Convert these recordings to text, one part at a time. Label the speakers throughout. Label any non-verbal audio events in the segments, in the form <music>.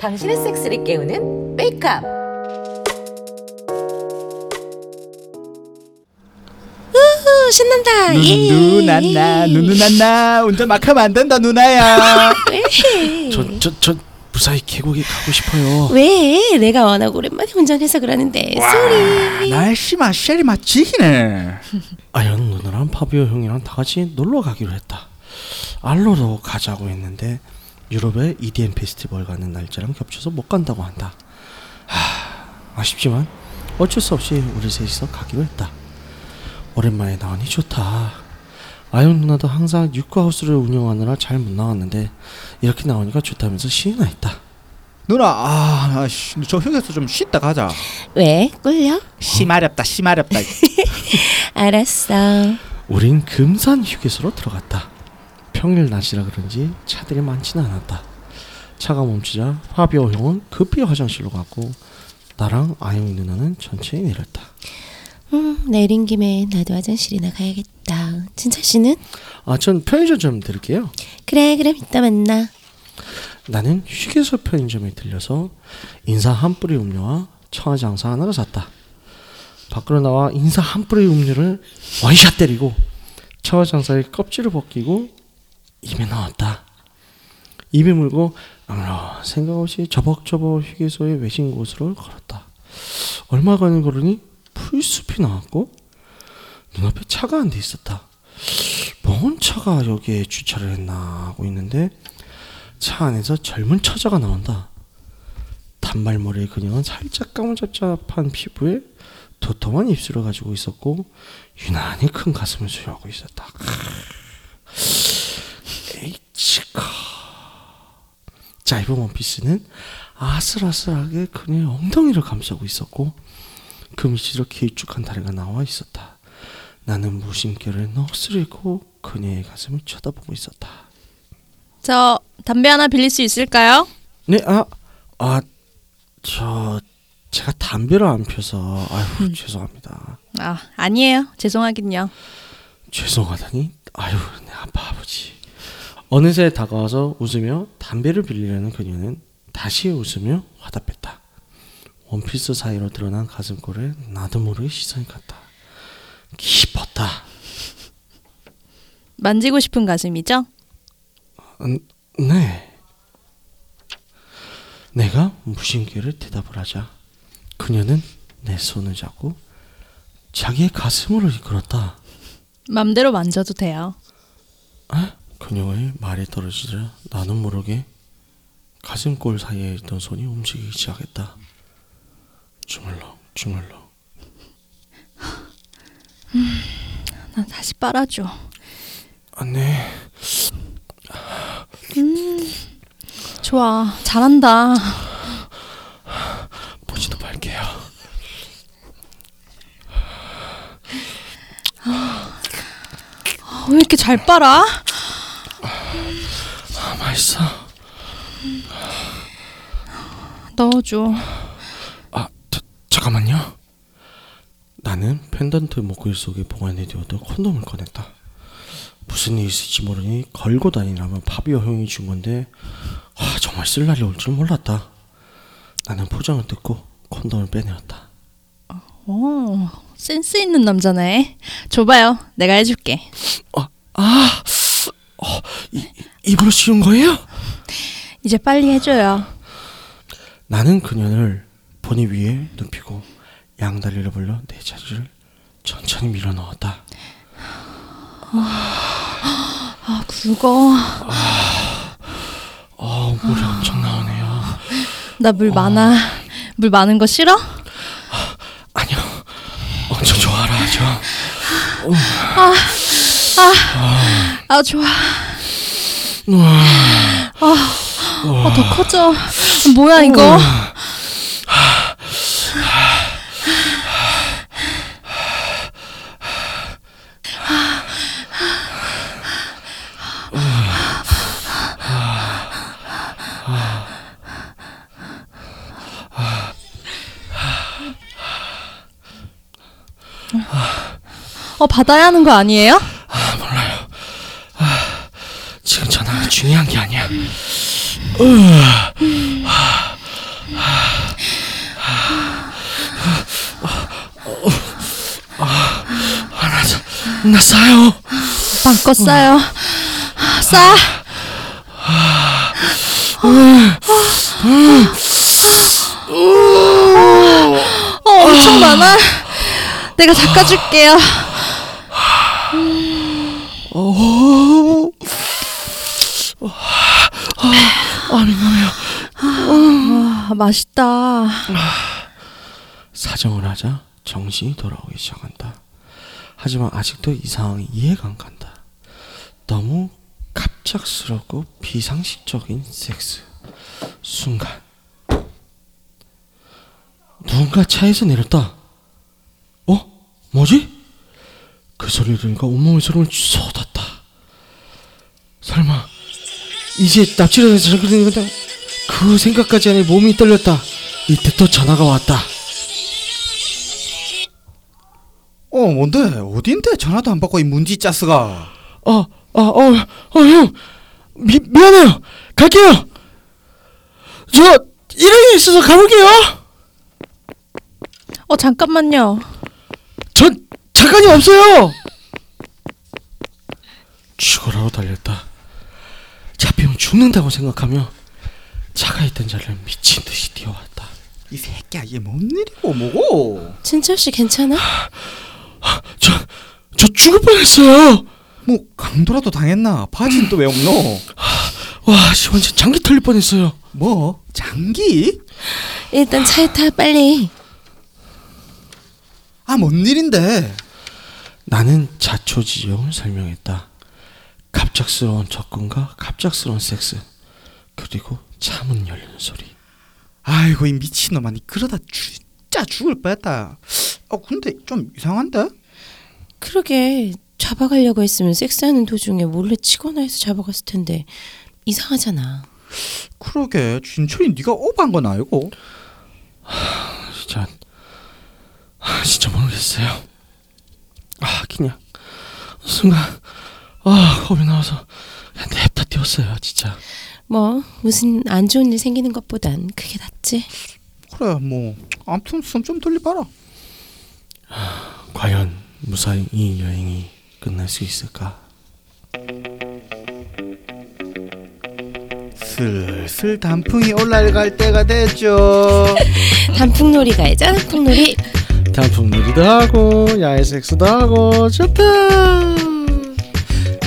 Speaker 1: 당신의 섹스를 깨우는 메이크업. 우후, 신난다. 예.
Speaker 2: 누나나 누누나나 운전 막 하면 안 된다 누나야
Speaker 1: 예.
Speaker 3: 전, 전, 전 무사히 계곡에 가고 싶어요.
Speaker 1: 왜 내가 워낙 오랜만에 운전해서 그러는데 쏘리.
Speaker 2: <laughs> 날씨만 쉐리 맛지기네
Speaker 3: 아연 누나랑 파비오 형이랑 다 같이 놀러 가기로 했다. 알로로 가자고 했는데 유럽의 EDM 페스티벌 가는 날짜랑 겹쳐서 못 간다고 한다. 하, 아쉽지만 어쩔 수 없이 우리 셋이서 가기로 했다. 오랜만에 나오니 좋다. 아연 누나도 항상 유쿠하우스를 운영하느라 잘 못 나왔는데 이렇게 나오니까 좋다면서 신이 나 있다.
Speaker 2: 누나 아저 휴게소 좀 쉬다 가자
Speaker 1: 왜 꿀려?
Speaker 2: 심하렵다 심하렵다
Speaker 1: 알았어.
Speaker 3: 우린 금산 휴게소로 들어갔다. 평일 낮이라 그런지 차들이 많지는 않았다. 차가 멈추자 파비오 형은 급히 화장실로 갔고 나랑 아영이 누나는 천천히 내렸다.
Speaker 1: 음, 내린 김에 나도 화장실이나 가야겠다. 진철 씨는?
Speaker 3: 아, 전 편의점 좀 들을게요.
Speaker 1: 그래 그럼 이따 만나.
Speaker 3: 나는 휴게소 편의점에 들려서 인사 한 뿌리 음료와 청아장사 하나를 샀다. 밖으로 나와 인사 한 뿌리 음료를 원샷 때리고 청아장사의 껍질을 벗기고 입에 넣었다. 입에 물고 아무런 생각 없이 저벅저벅 휴게소의 외진 곳으로 걸었다. 얼마 가는 걸으니 풀숲이 나왔고 눈앞에 차가 한 대 있었다. 뭔 차가 여기에 주차를 했나 하고 있는데 차 안에서 젊은 처자가 나온다. 단발머리의 그녀는 살짝 까무잡잡한 피부에 도톰한 입술을 가지고 있었고 유난히 큰 가슴을 소유하고 있었다. 에이치카. 짧은 원피스는 아슬아슬하게 그녀의 엉덩이를 감싸고 있었고 금시로 길쭉한 다리가 나와 있었다. 나는 무심결을 넋을잃고 그녀의 가슴을 쳐다보고 있었다.
Speaker 4: 저 담배 하나 빌릴 수 있을까요?
Speaker 3: 네, 아, 아, 저 제가 담배를 안 펴서 아유 죄송합니다.
Speaker 4: 아 아니에요. 죄송하긴요.
Speaker 3: 죄송하다니, 아유 내 아빠 아버지. 어느새 다가와서 웃으며 담배를 빌리려는 그녀는 다시 웃으며 화답했다. 원피스 사이로 드러난 가슴골에 나도 모르게 시선이 갔다. 깊었다.
Speaker 4: 만지고 싶은 가슴이죠?
Speaker 3: 음, 네. 내가 무심결에 대답을 하자 그녀는 내 손을 잡고 자기의 가슴으로 이끌었다.
Speaker 4: 맘대로 만져도 돼요.
Speaker 3: 그녀의 말이 떨어지자 나는 모르게 가슴골 사이에 있던 손이 움직이기 시작했다. 주물럭 주물럭
Speaker 4: 나 다시 빨아줘.
Speaker 3: 아, 안네
Speaker 4: 좋아. 잘한다.
Speaker 3: 보지도 말게요.
Speaker 4: 아, 왜 이렇게 잘 빨아?
Speaker 3: 아 맛있어.
Speaker 4: 넣어줘.
Speaker 3: 아, 저, 잠깐만요. 나는 펜던트 목걸이 속에 보관해 두었던 콘돔을 꺼냈다. 무슨 일 있을지 모르니 걸고 다니라면 파비오 형이 준 건데 아, 정말 쓸 날이 올 줄 몰랐다. 나는 포장을 뜯고 콘돔을 빼내었다.
Speaker 4: 오 센스 있는 남자네. 줘봐요. 내가 해줄게.
Speaker 3: 아, 아, 어, 이, 입으로 씌운 거예요?
Speaker 4: 이제 빨리 해줘요.
Speaker 3: 나는 그녀를 보니 위에 눕히고 양다리를 벌려 내 자리를 천천히 밀어 넣었다.
Speaker 4: 아 굵어.
Speaker 3: 어, 물이 엄청 나오네요.
Speaker 4: 나 물 많아. 물 많은 거 싫어?
Speaker 3: 아니요. 엄청 좋아라 하죠.
Speaker 4: 아 좋아. 아, 더 커져. 뭐야 이거? 어 받아야 하는 거 아니에요? 어,
Speaker 3: 몰라요. 지금 전화 중요한 게 아니야. 아나나 싸요.
Speaker 4: 빵껏 싸요. 싸. 어, 엄청 많아. 내가 닦아줄게요.
Speaker 3: 아 민망해요.
Speaker 4: 아, 맛있다.
Speaker 3: 사정을 하자 정신이 돌아오기 시작한다. 하지만 아직도 이 상황이 이해가 안 간다. 너무 갑작스럽고 비상식적인 섹스. 순간. 누군가 차에서 내렸다. 어? 뭐지? 그 소리를 들으니까 온몸에 소름을 쏟았다. 설마 이제 납치를 저렇게 되는 건가? 그 생각까지 하니 몸이 떨렸다. 이때 또 전화가 왔다.
Speaker 2: 어 뭔데 어딘데 전화도 안 받고 이 문지 짜스가
Speaker 3: 어, 어, 어, 어, 형. 미, 미안해요. 갈게요. 저, 일행이 있어서 가볼게요.
Speaker 4: 어, 잠깐만요.
Speaker 3: 전, 잠깐이 없어요. 죽으라고 달렸다. 잡히면 죽는다고 생각하며 차가 있던 자를 미친 듯이 뛰어왔다.
Speaker 2: 이 새끼야 이게 뭔 일이고 뭐고
Speaker 1: 진철 씨 괜찮아?
Speaker 3: 저, 저 죽을 뻔했어요.
Speaker 2: 뭐 강도라도 당했나 바지는 또 왜 없노
Speaker 3: 와, 씨, 완전 장기 털릴 뻔했어요.
Speaker 2: 뭐 장기
Speaker 1: 일단 차에 타 빨리.
Speaker 2: 아 뭔 일인데
Speaker 3: 나는 자초지종을 설명했다. 갑작스러운 접근과 갑작스러운 섹스 그리고 차 문 열리는 소리.
Speaker 2: 아이고 이 미친놈 아니 그러다 진짜 죽을 뻔했다 어 근데 좀 이상한데
Speaker 1: 그러게 잡아가려고 했으면 섹스하는 도중에 몰래 치거나 해서 잡아갔을 텐데 이상하잖아.
Speaker 2: 그러게 진철이 네가 오버한 건 알고
Speaker 3: 진짜 아, 진짜 모르겠어요. 아 그냥 순간 아 겁이 나와서 그냥 냅다 뛰었어요 진짜.
Speaker 1: 뭐 무슨 안 좋은 일 생기는 것보단 그게 낫지.
Speaker 2: 그래 뭐 아무튼 숨 좀 돌려봐라
Speaker 3: 과연 무사히 이 여행이 끝날 수 있을까?
Speaker 2: 슬슬 단풍이 올라갈 때가 됐죠
Speaker 1: 단풍놀이 가야죠. 단풍놀이.
Speaker 3: 단풍 놀이도 하고 야외 섹스도 하고 좋다.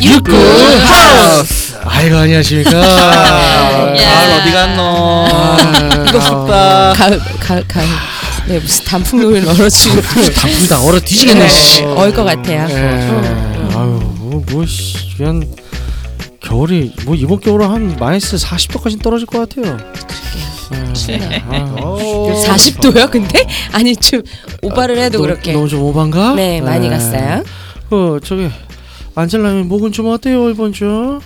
Speaker 3: 육구
Speaker 2: 아,
Speaker 3: 하우스. 아이고
Speaker 1: <laughs>
Speaker 3: 안녕하십니까.
Speaker 2: 가을 아, 어디 갔노 이거 춥다
Speaker 1: 예. 아. 어, 가을 가을 가을. 네 무슨 단풍놀이를 얼어주고
Speaker 3: 아,
Speaker 1: <laughs>
Speaker 3: 단풍다 얼어 뒤지겠네. 씨.
Speaker 1: 얼것 같아요.
Speaker 3: 예. 아유 뭐뭐씨 그냥 겨울이 뭐 이번 겨울은 한 마이너스 40도까지 떨어질 것 같아요. 예.
Speaker 1: 네.
Speaker 3: 아유,
Speaker 1: 40도요? 근데 <laughs> 아니 좀 오바를 해도
Speaker 3: 너-
Speaker 1: 그렇게.
Speaker 3: 너무 좀 오반가?
Speaker 1: 네 많이
Speaker 3: 예.
Speaker 1: 갔어요.
Speaker 3: 그 저기 안젤라님 목은 좀 어때요 이번 주?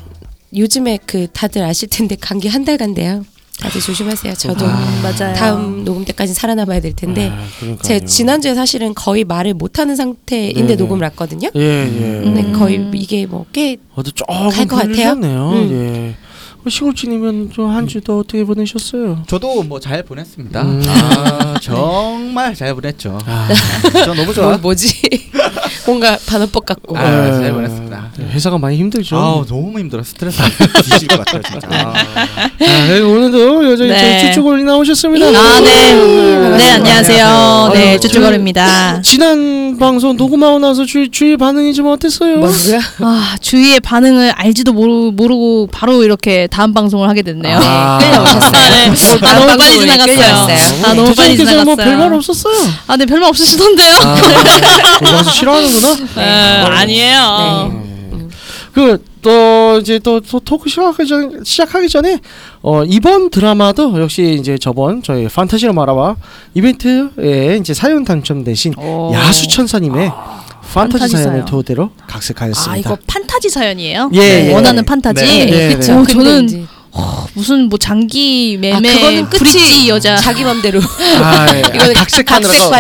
Speaker 1: 요즘에 그 다들 아실 텐데 감기 한 달 간대요. 다들 조심하세요. 저도
Speaker 4: 맞아요.
Speaker 1: 다음 녹음 때까지 살아남아야 될 텐데
Speaker 3: 아, 그러니까요.
Speaker 1: 네. 제 지난주에 사실은 거의 말을 못하는 상태인데
Speaker 3: 네네.
Speaker 1: 녹음을 했거든요.
Speaker 3: 예 예.
Speaker 1: 근데 거의 이게 뭐꽤
Speaker 3: 어제 조금
Speaker 1: 갈것 같아요.
Speaker 3: 풀리셨네요.
Speaker 1: 음.
Speaker 3: 예. 어, 시골지님은 좀 한 주 더 어떻게 보내셨어요?
Speaker 2: 저도 뭐 잘 보냈습니다
Speaker 3: 음.
Speaker 2: 아 정말 잘 보냈죠
Speaker 3: 아,
Speaker 2: 저 너무 좋아
Speaker 1: 뭐지? <laughs> 뭔가 반어법 같고.
Speaker 2: 아. 잘 보냈습니다.
Speaker 3: 예, 회사가 많이 힘들죠.
Speaker 2: 아우 너무 힘들어 스트레스 뒤질 것 같아요 진짜 아.
Speaker 3: 아, 네, 오늘도 여전히
Speaker 4: 네.
Speaker 3: 저희 추측골이 나오셨습니다.
Speaker 4: 아, 네. 네,
Speaker 2: 반갑습니다.
Speaker 4: 안녕하세요.
Speaker 2: 안녕하세요.
Speaker 4: 네,
Speaker 3: 아유,
Speaker 4: 쭈쭈거리입니다.
Speaker 3: 지난 방송 녹음하고 나서 주위, 주위 반응이 좀 어땠어요?
Speaker 1: 뭐야?
Speaker 4: 아, 주위의 반응을 알지도 모르, 모르고 바로 이렇게 다음 방송을 하게 됐네요.
Speaker 3: 아.
Speaker 4: 아, 네. 아, 너무 빨리 지나갔어요. 아, 너무 빨리
Speaker 3: 대장님께서
Speaker 4: 지나갔어요.
Speaker 3: 뭐 별말 없었어요.
Speaker 4: 아, 네, 별말 없으시던데요?
Speaker 3: 아, 이 방송 싫어하는구나.
Speaker 4: 네, 아니에요.
Speaker 3: 그 또 이제 또, 또 토크 시작하기 전 시작하기 전에 어 이번 드라마도 역시 이제 저번 저희 판타지로 말아봐 이벤트에 이제 사연 당첨되신
Speaker 4: 오.
Speaker 3: 야수 천사님의 어. 아. 판타지,
Speaker 4: 판타지
Speaker 3: 사연을
Speaker 4: 사연.
Speaker 3: 토대로
Speaker 4: 아,
Speaker 3: 각색하였습니다.
Speaker 4: 이거 판타지 사연이에요?
Speaker 3: 예,
Speaker 4: 네,
Speaker 3: 예.
Speaker 4: 원하는 판타지.
Speaker 2: 네,
Speaker 3: 네,
Speaker 4: 그쵸.
Speaker 3: 네.
Speaker 4: 어,
Speaker 1: 근데
Speaker 4: 저는
Speaker 1: 이제
Speaker 4: 무슨 뭐 장기
Speaker 1: 아,
Speaker 4: 매매
Speaker 1: 그거는
Speaker 4: 브릿지
Speaker 1: 끝이
Speaker 4: 여자.
Speaker 1: 자기 맘대로.
Speaker 3: 아, 예.
Speaker 1: 이거는
Speaker 3: 각색하느라고
Speaker 1: 각색판이라서.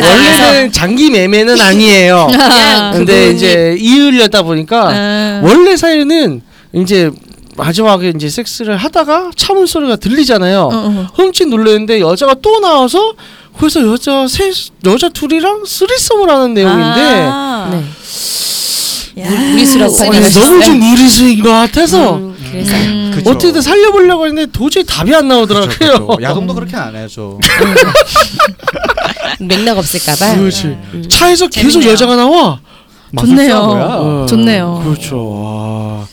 Speaker 3: 원래는 장기 매매는 <laughs> 아니에요.
Speaker 1: 그냥
Speaker 3: 근데
Speaker 1: 그분이-
Speaker 3: 이제 이으려다 보니까
Speaker 4: 아.
Speaker 3: 원래 사연은 이제 마지막에 이제 섹스를 하다가 참을 소리가 들리잖아요.
Speaker 4: 어, 어.
Speaker 3: 흠칫 놀랐는데 여자가 또 나와서 거기서 여자 셋 여자 둘이랑 쓰리썸을 하는 내용인데
Speaker 4: 아.
Speaker 1: 네.
Speaker 4: 야.
Speaker 1: 무리수라고
Speaker 4: 쓰리-
Speaker 1: 보내주셨어요? 네.
Speaker 3: 너무 좀 무리수인 것 같아서
Speaker 1: 음, 그래서
Speaker 4: 네. 음.
Speaker 2: 그죠.
Speaker 3: 어떻게든 살려보려고 했는데 도저히 답이 안 나오더라고요.
Speaker 2: 그죠,
Speaker 3: <laughs>
Speaker 2: 그죠. 야동도 그렇게 안 해야죠.
Speaker 1: 맥락 없을까봐.
Speaker 3: 그렇지.
Speaker 1: 음.
Speaker 3: 차에서 계속
Speaker 4: 네. 재밌네요.
Speaker 3: 여자가 나와.
Speaker 4: 좋네요.
Speaker 2: 마술사고요.
Speaker 3: 어,
Speaker 4: 좋네요.
Speaker 3: 그렇죠. 와,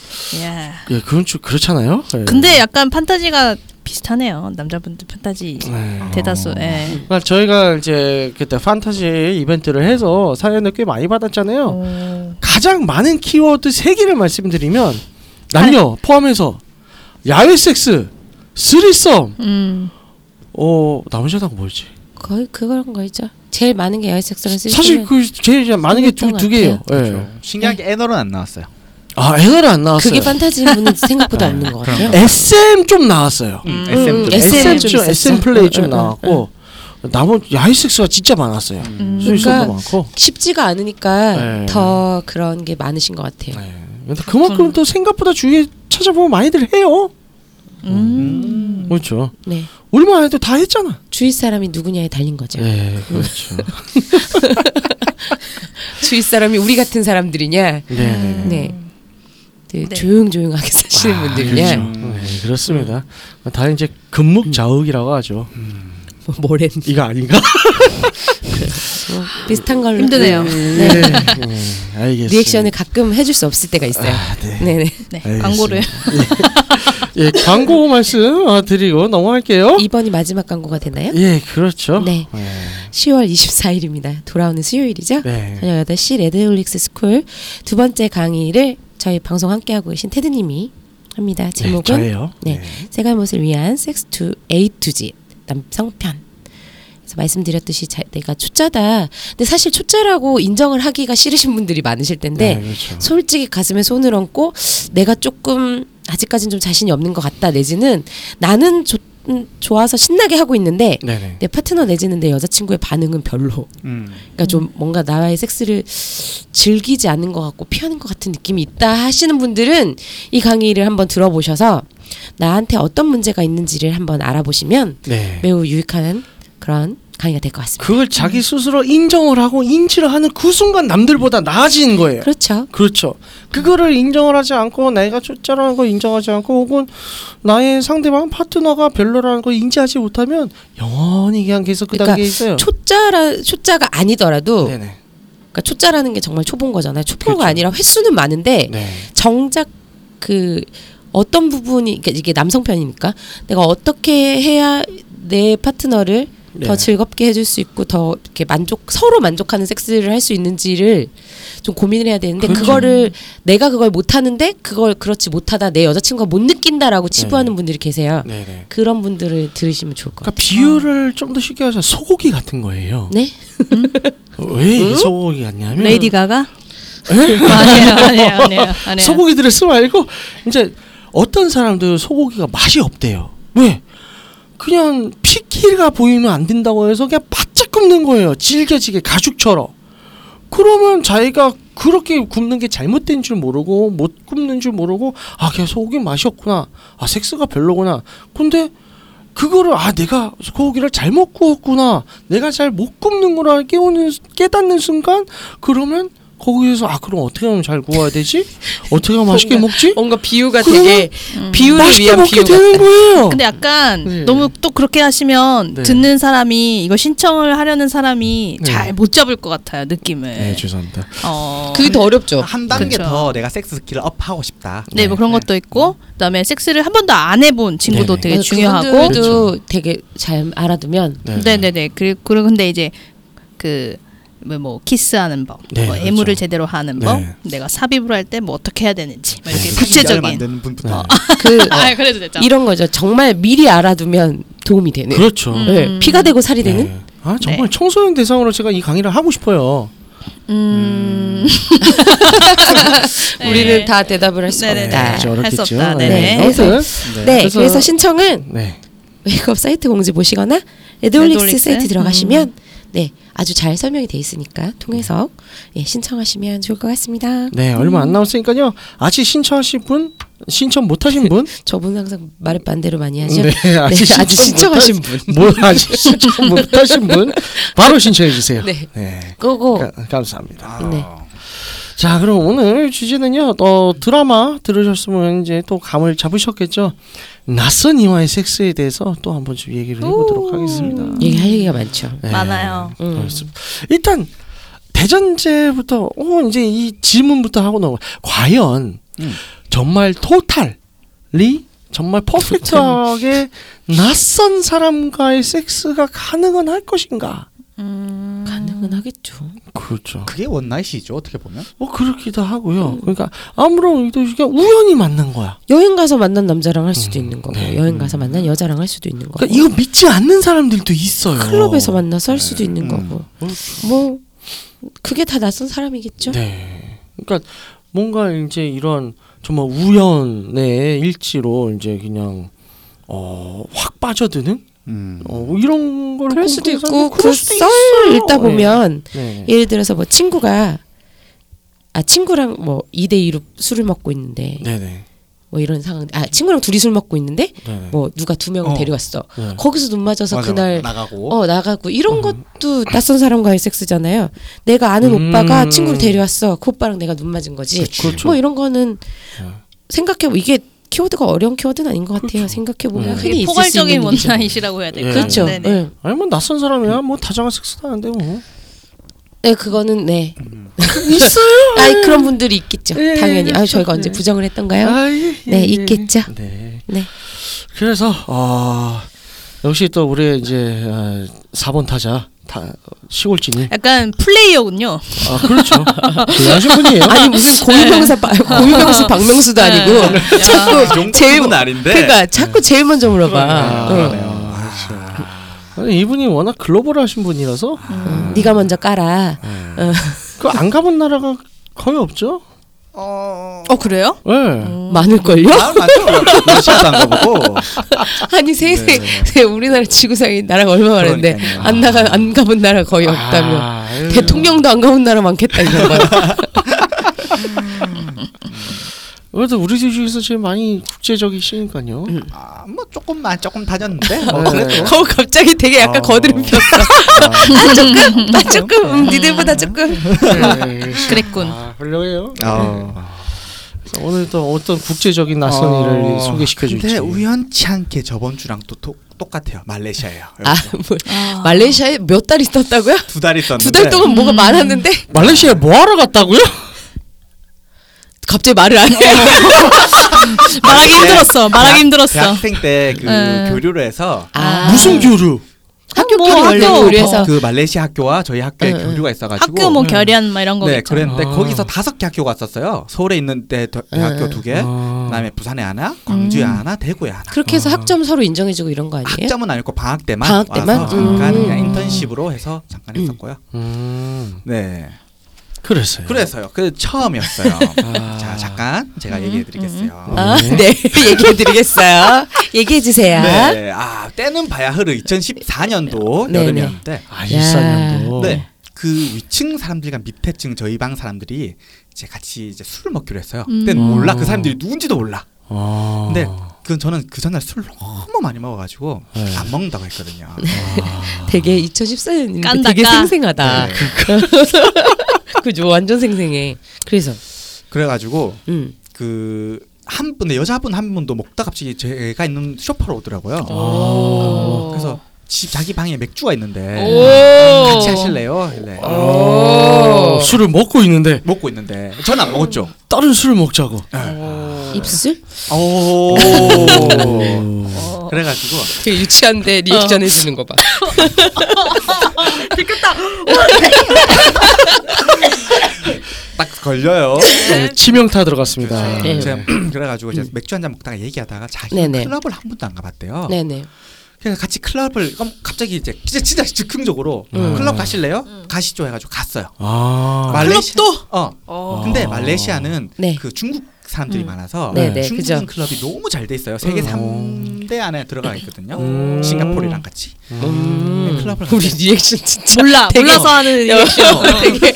Speaker 4: 야.
Speaker 3: 예, 그건 좀 그렇잖아요. 예.
Speaker 4: 근데 약간 판타지가 비슷하네요. 남자분들 판타지
Speaker 3: 네.
Speaker 4: 대다수. 예.
Speaker 3: 그러니까 저희가 이제 그때 판타지 이벤트를 해서 사연을 꽤 많이 받았잖아요.
Speaker 4: 어.
Speaker 3: 가장 많은 키워드 세 개를 말씀드리면
Speaker 1: 아.
Speaker 3: 남녀 포함해서 야외 섹스, 쓰리썸,
Speaker 4: 음.
Speaker 3: 어 남자당 뭐였지?
Speaker 1: 거의 그런 거죠. 제일 많은 게 야외 섹스랑 쓸
Speaker 3: 사실 그 제일 많은 게 두
Speaker 1: 생각했던
Speaker 3: 두 개예요.
Speaker 1: 것
Speaker 2: 네.
Speaker 3: 예.
Speaker 2: 신기하게 애널은 안 나왔어요.
Speaker 3: 아 에너를 안 나왔어요.
Speaker 1: 그게 판타지
Speaker 3: <laughs>
Speaker 1: 분은 생각보다 없는 것 같아요.
Speaker 3: SM 좀 나왔어요.
Speaker 2: 음,
Speaker 1: 음,
Speaker 2: SM 쪽.
Speaker 1: 음, SM.
Speaker 3: SM
Speaker 1: 좀 음,
Speaker 3: 좀
Speaker 1: 있었어.
Speaker 3: SM 플레이
Speaker 1: 응,
Speaker 3: 좀
Speaker 1: 응, 응,
Speaker 3: 나왔고 나머지 야이 섹스가 진짜 많았어요.
Speaker 4: 음.
Speaker 3: 수익성도
Speaker 1: 음. 그러니까-
Speaker 3: 많고.
Speaker 1: 쉽지가 않으니까
Speaker 3: 네.
Speaker 1: 더 그런 게 많으신 것 같아요.
Speaker 3: 예. 근데 그만큼 또 생각보다 주위에 찾아보면 많이들 해요.
Speaker 2: 음.
Speaker 3: 그렇죠.
Speaker 1: 네.
Speaker 3: 우리만 해도 다 했잖아.
Speaker 1: 주위 사람이 누구냐에 달린 거죠.
Speaker 3: 예, <laughs> 그렇죠.
Speaker 1: <laughs> 주위 사람이 우리 같은 사람들이냐,
Speaker 3: 네, 네.
Speaker 1: 네. 네,
Speaker 4: 네.
Speaker 1: 조용조용하게 사시는 분들이냐,
Speaker 3: 그렇죠. 네, 그렇습니다. 다 이제 금묵자욱이라고 하죠.
Speaker 1: 뭐 뭐래
Speaker 3: 이거 아닌가?
Speaker 1: 뭐 비슷한 걸로
Speaker 4: 힘드네요.
Speaker 3: <laughs> 네. 네, 알겠습니다.
Speaker 1: 예. 리액션을 가끔 해줄 수 없을 때가 있어요.
Speaker 3: 아, 네.
Speaker 1: 네네.
Speaker 4: 네.
Speaker 3: 알겠습니다.
Speaker 4: 광고를.
Speaker 3: 예,
Speaker 1: <laughs>
Speaker 3: 광고 말씀 어, 드리고 넘어갈게요.
Speaker 1: 이번이 마지막 광고가 되나요?
Speaker 3: 예, 그렇죠.
Speaker 1: 네.
Speaker 3: 예.
Speaker 1: 10월 24일입니다. 돌아오는 수요일이죠.
Speaker 3: 네.
Speaker 1: 저녁 8시 레드홀릭스 스쿨 두 번째 강의를 저희 방송 함께하고 계신 테드님이 합니다. 제목은
Speaker 3: 네, 저예요.
Speaker 1: 네. 세갈못을 위한 섹스 투 A to Z 남성편. 그래서 말씀드렸듯이 자, 내가 초짜다. 근데 사실 초짜라고 인정을 하기가 싫으신 분들이 많으실 텐데
Speaker 3: 네, 그렇죠.
Speaker 1: 솔직히 가슴에 손을 얹고 내가 조금 아직까진 좀 자신이 없는 것 같다 내지는 나는 좋- 음, 좋아서 신나게 하고 있는데
Speaker 3: 네네.
Speaker 1: 내 파트너 내지는 내 여자친구의 반응은 별로.
Speaker 2: 음.
Speaker 1: 그러니까 좀 뭔가 나와의 섹스를 즐기지 않는 것 같고 피하는 것 같은 느낌이 있다 하시는 분들은 이 강의를 한번 들어보셔서 나한테 어떤 문제가 있는지를 한번 알아보시면
Speaker 3: 네.
Speaker 1: 매우 유익한 그런 강의가 될 것 같습니다.
Speaker 3: 그걸 자기 스스로 인정을 하고 인지를 하는 그 순간 남들보다 나아지는 거예요.
Speaker 1: 그렇죠.
Speaker 3: 그렇죠. 그거를 인정을 하지 않고 내가 초짜라는 걸 인정하지 않고 혹은 나의 상대방 파트너가 별로라는 걸 인지하지 못하면 영원히 그냥 계속 그
Speaker 1: 그러니까
Speaker 3: 단계에 있어요.
Speaker 1: 초짜라 초짜가 아니더라도
Speaker 3: 네네.
Speaker 1: 그러니까 초짜라는 게 정말 초본 거잖아요. 초보가
Speaker 3: 그렇죠.
Speaker 1: 아니라 횟수는 많은데
Speaker 3: 네.
Speaker 1: 정작 그 어떤 부분이 그러니까 이게 남성 편이니까 내가 어떻게 해야 내 파트너를 더
Speaker 3: 네.
Speaker 1: 즐겁게 해줄 수 있고 더 이렇게 만족 서로 만족하는 섹스를 할 수 있는지를 좀 고민을 해야 되는데
Speaker 3: 그렇죠.
Speaker 1: 그거를 내가 그걸 못 하는데 그걸 그렇지 못하다 내 여자친구가 못 느낀다라고
Speaker 3: 네.
Speaker 1: 치부하는 분들이 계세요.
Speaker 3: 네네.
Speaker 1: 그런 분들을 들으시면 좋을 것 같아요.
Speaker 3: 그러니까 비유를 좀 더 쉽게 하자 소고기 같은 거예요.
Speaker 1: 네?
Speaker 3: 왜 이게 소고기 같냐면
Speaker 4: 레이디 가가? <laughs> 어,
Speaker 3: <laughs>
Speaker 4: 아니에요, 아니에요, 아니에요, 아니에요.
Speaker 3: 소고기들을 쓰 말고 이제 어떤 사람들 소고기가 맛이 없대요. 왜? 그냥 피끼가 보이면 안 된다고 해서 그냥 바짝 굽는 거예요. 질겨지게 가죽처럼. 그러면 자기가 그렇게 굽는 게 잘못된 줄 모르고 못 굽는 줄 모르고 아 그냥 소고기 맛이 없구나. 아 섹스가 별로구나. 근데 그거를 아 내가 소고기를 잘못 구웠구나. 내가 잘 못 굽는구나 깨우는 깨닫는 순간 그러면 거기에서 아 그럼 어떻게 하면 잘 구워야 되지? 어떻게 하면 맛있게 먹지?
Speaker 1: 뭔가 비유가
Speaker 3: 그러면-
Speaker 1: 되게 음. 비유를
Speaker 3: 맛있게
Speaker 1: 위한
Speaker 3: 먹게
Speaker 1: 비유
Speaker 3: 되는
Speaker 1: 같다.
Speaker 3: 거예요.
Speaker 4: 근데 약간
Speaker 3: 네.
Speaker 4: 너무 또 그렇게 하시면
Speaker 3: 네.
Speaker 4: 듣는 사람이 이거 신청을 하려는 사람이
Speaker 3: 네.
Speaker 4: 잘 못 잡을 것 같아요 느낌을.
Speaker 3: 죄송합니다.
Speaker 4: 어.
Speaker 1: 그게 더 어렵죠.
Speaker 2: 한 단계
Speaker 4: 그쵸.
Speaker 2: 더 내가 섹스 스킬을 업하고 싶다.
Speaker 4: 네, 뭐 그런 것도 있고 그다음에 섹스를 한 번도 안 해본 친구도
Speaker 3: 네네.
Speaker 4: 되게
Speaker 1: 그래서
Speaker 4: 중요하고.
Speaker 1: 그분들도
Speaker 3: 그렇죠.
Speaker 1: 되게 잘 알아두면
Speaker 4: 네, 네, 네. 그리고 그리고 근데 이제 그. 뭐, 뭐 키스하는 법,
Speaker 3: 네,
Speaker 4: 뭐
Speaker 3: 그렇죠.
Speaker 4: 애무를 제대로 하는
Speaker 3: 네.
Speaker 4: 법, 내가 삽입을 할 때 뭐 어떻게 해야 되는지, 뭐 이렇게
Speaker 2: 사진자를
Speaker 4: 구체적인.
Speaker 2: 만드는 분부터.
Speaker 1: 그
Speaker 4: 아, 그래도 됐죠.
Speaker 1: 이런 거죠. 정말 미리 알아두면 도움이 되는.
Speaker 3: 그렇죠.
Speaker 4: 음.
Speaker 1: 네, 피가 되고 살이 되는.
Speaker 3: 네. 아 정말 청소년 대상으로 제가 이 강의를 하고 싶어요.
Speaker 4: 음. 네.
Speaker 1: 우리는 다 대답을 할 수
Speaker 4: 네네네.
Speaker 1: 없다.
Speaker 4: 그렇죠. 할수
Speaker 3: 어렵겠죠.
Speaker 4: 없다.
Speaker 3: 네.
Speaker 1: 네네.
Speaker 3: 아무튼
Speaker 1: 네,
Speaker 2: 네.
Speaker 1: 그래서, 신청은
Speaker 3: 네.
Speaker 1: 웨이크업 사이트 공지 보시거나 레드올릭스
Speaker 4: 레드올릭스?
Speaker 1: 사이트 들어가시면 네, 아주 잘 설명이 돼 있으니까 통해서 예, 신청하시면 좋을 것 같습니다.
Speaker 3: 네, 얼마 안 남았으니까요. 아직 신청하신 분, 신청 못하신 분,
Speaker 1: 저분 항상 말을 반대로 많이 하죠.
Speaker 3: 네, 아직
Speaker 1: 네, 아직
Speaker 3: 신청
Speaker 1: 신청하신 분.
Speaker 3: 뭘 아직 신청 못하신 분, 바로 신청해 주세요.
Speaker 1: 네.
Speaker 3: 네,
Speaker 1: 그거
Speaker 3: 가- 감사합니다.
Speaker 4: 아.
Speaker 1: 네.
Speaker 3: 자, 그럼 오늘 주제는요. 또 드라마 들으셨으면 이제 또 감을 잡으셨겠죠. 낯선 이와의 섹스에 대해서 또 한번 좀 얘기를 해보도록 하겠습니다.
Speaker 1: 얘기할 얘기가 많죠.
Speaker 3: 네.
Speaker 4: 많아요.
Speaker 1: 음.
Speaker 3: 그렇습니다. 일단 대전제부터 어 이제 이 질문부터 하고 넘어. 과연
Speaker 2: 음.
Speaker 3: 정말 토탈리 정말
Speaker 1: <laughs>
Speaker 3: 퍼펙트하게 낯선 사람과의 섹스가 가능은 할 것인가?
Speaker 1: 가능은 하겠죠. 음.
Speaker 3: 그렇죠.
Speaker 2: 그게 원나잇이죠 어떻게 보면.
Speaker 3: 뭐 그렇기도 하고요. 그러니까 아무런 의도 없이 그냥 우연히 만난 거야.
Speaker 1: 여행 가서 만난 남자랑 할 수도 있는 거고,
Speaker 3: 네.
Speaker 1: 여행 가서 만난 여자랑 할 수도 있는 거고,
Speaker 3: 그러니까 이거 믿지 않는 사람들도 있어요.
Speaker 1: 어. 클럽에서 만나서 할 수도 있는
Speaker 2: 음.
Speaker 1: 거고, 뭐 그게 다 낯선 사람이겠죠.
Speaker 3: 네. 그러니까 뭔가 이제 이런 정말 우연의 일치로 이제 그냥 어, 확 빠져드는
Speaker 2: 음.
Speaker 3: 어, 이런 걸
Speaker 1: 그럴 수도
Speaker 3: 꿈꾸는
Speaker 1: 있고 그
Speaker 3: 사람들
Speaker 1: 썰을 읽다 보면
Speaker 3: 네. 네.
Speaker 1: 예를 들어서 뭐 친구가 아 친구랑 뭐 2대 2로 술을 먹고 있는데
Speaker 3: 네네.
Speaker 1: 뭐 이런 상황 아 친구랑 둘이 술 먹고 있는데
Speaker 3: 네네.
Speaker 1: 뭐 누가 두 명을
Speaker 2: 어.
Speaker 1: 데려갔어.
Speaker 3: 네.
Speaker 1: 거기서 눈 맞아서
Speaker 2: 맞아,
Speaker 1: 그날
Speaker 2: 나가고.
Speaker 1: 어 나가고 이런 것도 낯선 사람과의 섹스잖아요. 내가 아는
Speaker 3: 음.
Speaker 1: 오빠가 친구를 데려왔어. 그 오빠랑 내가 눈 맞은 거지.
Speaker 3: 그렇죠.
Speaker 1: 뭐 이런 거는 생각해 보 이게 키워드가 어려운 키워드는 아닌 것 같아요.
Speaker 3: 그렇죠.
Speaker 1: 생각해 보면
Speaker 3: 네.
Speaker 1: 흔히
Speaker 4: 되게
Speaker 1: 있을 수 있는
Speaker 4: 포괄적인
Speaker 1: 일이죠.
Speaker 4: 원나잇이라고 해야 될까요?
Speaker 3: 네.
Speaker 1: 그렇죠. 네,
Speaker 4: 네네.
Speaker 3: 아니 뭐 낯선 사람이야 뭐 다정한 섹스도 하는데 뭐
Speaker 1: 네, 그거는 네.
Speaker 3: 있어요.
Speaker 1: <laughs> 아이 그런 분들이 있겠죠.
Speaker 3: 예,
Speaker 1: 당연히. 아
Speaker 3: 그렇죠.
Speaker 1: 저희가 언제
Speaker 3: 네.
Speaker 1: 부정을 했던가요?
Speaker 3: 예, 예,
Speaker 1: 네,
Speaker 3: 예.
Speaker 1: 있겠죠.
Speaker 3: 네.
Speaker 1: 네.
Speaker 3: 그래서 아 역시 또 우리 이제 아, 4번 타자 다 시골진이
Speaker 4: 약간 플레이어군요.
Speaker 3: 아
Speaker 1: <laughs>
Speaker 3: 그렇죠. 대단하신 분이에요.
Speaker 1: 아니 무슨 고유명사 빠- 고유명수 박명수도 아니고 자꾸
Speaker 2: 음,
Speaker 1: 제일
Speaker 2: 아닌데.
Speaker 1: 그러니까 자꾸 제일 먼저
Speaker 2: 아,
Speaker 1: 물어봐. 응.
Speaker 2: 그러네요.
Speaker 3: 아니, 이분이 워낙 글로벌하신 분이라서
Speaker 1: 네가 먼저 깔아.
Speaker 3: 그 안 가본 나라가 거의 없죠.
Speaker 2: 어.
Speaker 4: 어 그래요?
Speaker 3: 예.
Speaker 1: 음. 많을걸요?
Speaker 2: 아 맞죠. 러시아도 안 가보고.
Speaker 1: <laughs> 아니 세세 우리나라 지구상에 나라가 얼마 많은데
Speaker 2: 그러니까요.
Speaker 1: 안 나가 안 가본 나라 거의 없다며
Speaker 3: 아, 아유.
Speaker 1: 대통령도 안 가본 나라 많겠다 이런 거야.
Speaker 3: 그래도 우리 집 중에서 제일 많이 국제적이시니까요.
Speaker 1: 음.
Speaker 2: 아뭐 조금만 조금 다녔는데. 뭐
Speaker 3: 네.
Speaker 2: 그래도.
Speaker 1: 어 갑자기 되게 약간
Speaker 2: 어.
Speaker 1: 거드름 폈어. 나 조금 나 조금 음, 니들보다 조금.
Speaker 3: 네.
Speaker 4: 그랬군.
Speaker 3: 아, 훌륭해요.
Speaker 2: 아.
Speaker 3: 그래서 오늘 또 어떤 국제적인 낯선 일을
Speaker 2: 어,
Speaker 3: 소개시켜 줄지.
Speaker 2: 근데 우연치 않게 저번 주랑 또 토, 똑같아요. 말레이시아예요.
Speaker 1: 아, 뭐, 말레이시아에 몇 달 있었다고요?
Speaker 2: 두달 있었는데.
Speaker 1: 두 달 동안 뭐가 많았는데
Speaker 3: 말레이시아 뭐 하러 갔다고요?
Speaker 1: 갑자기 말을 안 해.
Speaker 4: 말하기 힘들었어. 말하기
Speaker 2: 대학-
Speaker 4: 힘들었어.
Speaker 2: 대학생 때 그
Speaker 4: 네.
Speaker 2: 교류를 해서
Speaker 1: 아,
Speaker 3: 무슨 교류?
Speaker 1: 학교
Speaker 4: 뭐
Speaker 1: 교류
Speaker 4: 학교
Speaker 1: 원래 교류해서
Speaker 2: 그 말레이시아 학교와 저희 학교에
Speaker 1: 응, 응.
Speaker 2: 교류가 있어가지고
Speaker 4: 학교 뭐 결연 막 이런 거
Speaker 2: 네
Speaker 4: 있잖아.
Speaker 2: 그랬는데
Speaker 3: 아.
Speaker 2: 거기서 다섯 개 학교 갔었어요. 서울에 있는 대, 대, 대학교
Speaker 1: 응, 음.
Speaker 2: 두 개,
Speaker 3: 아.
Speaker 2: 그다음에 부산에 하나, 광주에 하나, 대구에 하나.
Speaker 1: 그렇게 해서 학점 서로 인정해주고 이런 거 아니에요?
Speaker 2: 학점은 아니고 방학 때만
Speaker 1: 방학 때만?
Speaker 2: 와서 잠깐
Speaker 1: 음.
Speaker 2: 그냥 인턴십으로 해서 잠깐 했었고요.
Speaker 3: 음.
Speaker 2: 네,
Speaker 3: 그랬어요.
Speaker 2: 그래서요. 그 처음이었어요.
Speaker 3: <laughs> 아.
Speaker 2: 자 잠깐 제가
Speaker 1: 음,
Speaker 2: 얘기해드리겠어요.
Speaker 1: 아, 네 <laughs> 얘기해드리겠어요. 얘기해주세요.
Speaker 2: 네, 아 때는 바야 흐르 2014년도
Speaker 1: 네,
Speaker 2: 여름이었는데,
Speaker 3: 아, 14년도.
Speaker 2: 네. 그 위층 사람들과 밑에층 저희 방 사람들이 이제 같이 이제 술을 먹기로 했어요. 그때는
Speaker 3: 음.
Speaker 2: 몰라 그 사람들이 누군지도 몰라.
Speaker 3: 아.
Speaker 2: 근데 그 저는 그 전날 술 너무 많이 먹어가지고
Speaker 3: 네.
Speaker 2: 안 먹는다고 했거든요.
Speaker 1: 되게 2014년인데
Speaker 4: 깐다,
Speaker 1: 되게
Speaker 4: 까.
Speaker 1: 생생하다.
Speaker 2: 네.
Speaker 1: <laughs> 그죠 완전 생생해. 그래서
Speaker 2: 그래가지고
Speaker 1: 음.
Speaker 2: 그 한 분의 여자분 한 분도 먹다 갑자기 제가 있는 쇼파로 오더라고요. 어,
Speaker 4: 오.
Speaker 2: 그래서 집 자기 방에 맥주가 있는데
Speaker 4: 오.
Speaker 2: 같이 하실래요? 이래.
Speaker 3: 어, 술을 먹고 있는데
Speaker 2: 먹고 있는데 전 안 먹었죠. 네.
Speaker 3: 다른 술을 먹자고.
Speaker 1: 입술?
Speaker 2: 오.
Speaker 4: 어.
Speaker 2: 그래가지고
Speaker 1: 되게 유치한데 리액션 해주는 거 봐.
Speaker 2: 딱 걸려요.
Speaker 3: 네, 치명타 들어갔습니다.
Speaker 1: 네.
Speaker 2: 제가 <clears throat> 그래가지고 이제 맥주 한 잔 먹다가 얘기하다가 자기
Speaker 1: 네네.
Speaker 2: 클럽을 한 번도 안 가봤대요.
Speaker 1: 네네.
Speaker 2: 그래서 같이 클럽을 그럼 갑자기 이제 진짜, 진짜 즉흥적으로
Speaker 3: 음.
Speaker 2: 클럽 가실래요? 가시죠 해가지고 갔어요.
Speaker 3: 아.
Speaker 2: 말레이시아-
Speaker 4: 클럽도?
Speaker 2: 어. 근데 말레이시아는
Speaker 1: 네.
Speaker 2: 그 중국 사람들이
Speaker 4: 음.
Speaker 2: 많아서
Speaker 1: 네, 네,
Speaker 2: 중국인
Speaker 1: 그죠.
Speaker 2: 클럽이 너무 잘 돼 있어요. 세계
Speaker 3: 음.
Speaker 2: 삼 3대 안에 들어가 있거든요.
Speaker 3: 음.
Speaker 2: 싱가포르랑 같이.
Speaker 1: 음.
Speaker 2: 네, 클럽을
Speaker 1: 우리
Speaker 2: 갔어요.
Speaker 1: 리액션 진짜
Speaker 4: 몰라
Speaker 1: 되게-
Speaker 4: 몰라서 하는
Speaker 2: 어,
Speaker 1: <laughs> 되게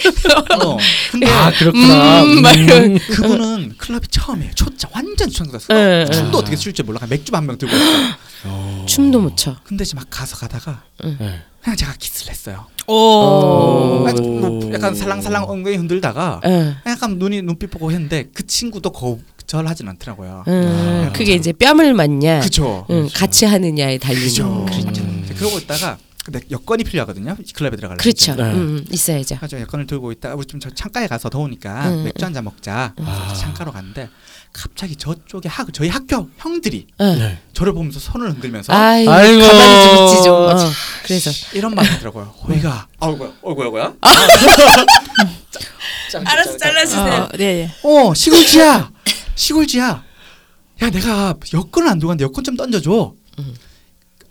Speaker 2: 어. 근데
Speaker 3: 아 그렇구나.
Speaker 1: 음, 막 이런-
Speaker 2: 그분은 클럽이 처음이에요. 초짜 완전
Speaker 1: 네,
Speaker 2: 초창기였어요. 춤도
Speaker 3: 네.
Speaker 2: 어떻게 출지 몰라. 맥주 한 병 들고 왔어요.
Speaker 1: 춤도 못 춰.
Speaker 2: 근데 이제 막 가서 가다가
Speaker 3: 네.
Speaker 2: 그냥 제가 키스를 했어요.
Speaker 1: 오. 예.
Speaker 2: 아니, 뭐 약간 살랑살랑 엉덩이 흔들다가
Speaker 1: 응.
Speaker 2: 약간 눈이 눈빛 보고 했는데 그 친구도 거절하진 않더라고요.
Speaker 1: 응.
Speaker 2: 아.
Speaker 1: 그게 이제 뺨을 맞냐,
Speaker 2: 그쵸.
Speaker 1: 응, 같이 하느냐에
Speaker 2: 그죠.
Speaker 1: 달리는.
Speaker 2: 그렇죠. 그러고 있다가 근데 여권이 필요하거든요. 클럽에 들어가려면.
Speaker 1: 그렇죠.
Speaker 3: 네.
Speaker 1: 음, 있어야죠.
Speaker 2: 그래서 여권을 들고 있다. 우리 좀저 창가에 가서 더우니까
Speaker 1: 음,
Speaker 2: 맥주 한 잔 먹자.
Speaker 3: 아.
Speaker 2: 창가로 갔는데 갑자기 저쪽에 학 저희 학교 형들이
Speaker 1: 응.
Speaker 3: 네.
Speaker 2: 저를 보면서 손을 흔들면서 아,
Speaker 1: 아이고,
Speaker 3: 아이고.
Speaker 1: 가만히 좀 있지 좀. 어, 그래서
Speaker 2: 이런 말이 하더라고요. 호이가 아, 어이구야 어이구야 어이구야.
Speaker 4: 알아서 잘라주세요. 네.
Speaker 2: 어 시골지야 시골지야 야 내가 여권을 안 들고 갔는데 여권 좀 던져줘.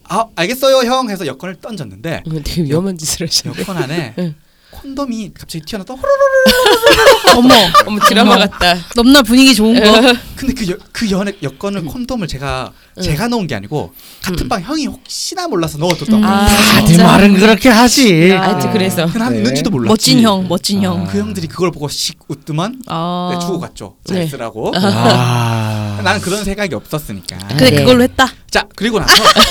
Speaker 2: 아 알겠어요 형 해서 여권을 던졌는데
Speaker 1: 어, 되게 위험한 짓을 하셨네.
Speaker 2: 여권 안에
Speaker 1: 응.
Speaker 2: 콘돔이 갑자기 튀어나왔다 호로록
Speaker 4: <laughs> 어머
Speaker 1: 어머 드라마 같다.
Speaker 4: 넘나 분위기 좋은 거.
Speaker 2: 근데 그, 여, 그 연애 여권을 콘돔을 제가 제가 넣은 게 아니고 같은 방 형이 혹시나 몰라서 넣어뒀던
Speaker 4: 음.
Speaker 2: 거예요
Speaker 1: 아,
Speaker 3: 다들
Speaker 1: 진짜? 아,
Speaker 3: 말은 그렇게 하지.
Speaker 2: 아.
Speaker 4: 야.
Speaker 1: 하여튼 그래서
Speaker 2: 그난
Speaker 3: 네.
Speaker 2: 있는지도 몰랐지
Speaker 4: 멋진 형, 멋진 형.
Speaker 2: 그 형들이 그걸 보고 씩 웃더만
Speaker 4: 아.
Speaker 2: 네, 주고 갔죠
Speaker 1: 네.
Speaker 2: 잘 쓰라고
Speaker 3: <laughs> 아.
Speaker 2: 나는 그런 생각이 없었으니까
Speaker 4: 근데
Speaker 1: 네.
Speaker 4: 그걸로 했다.
Speaker 2: 자 그리고 나서
Speaker 1: 아.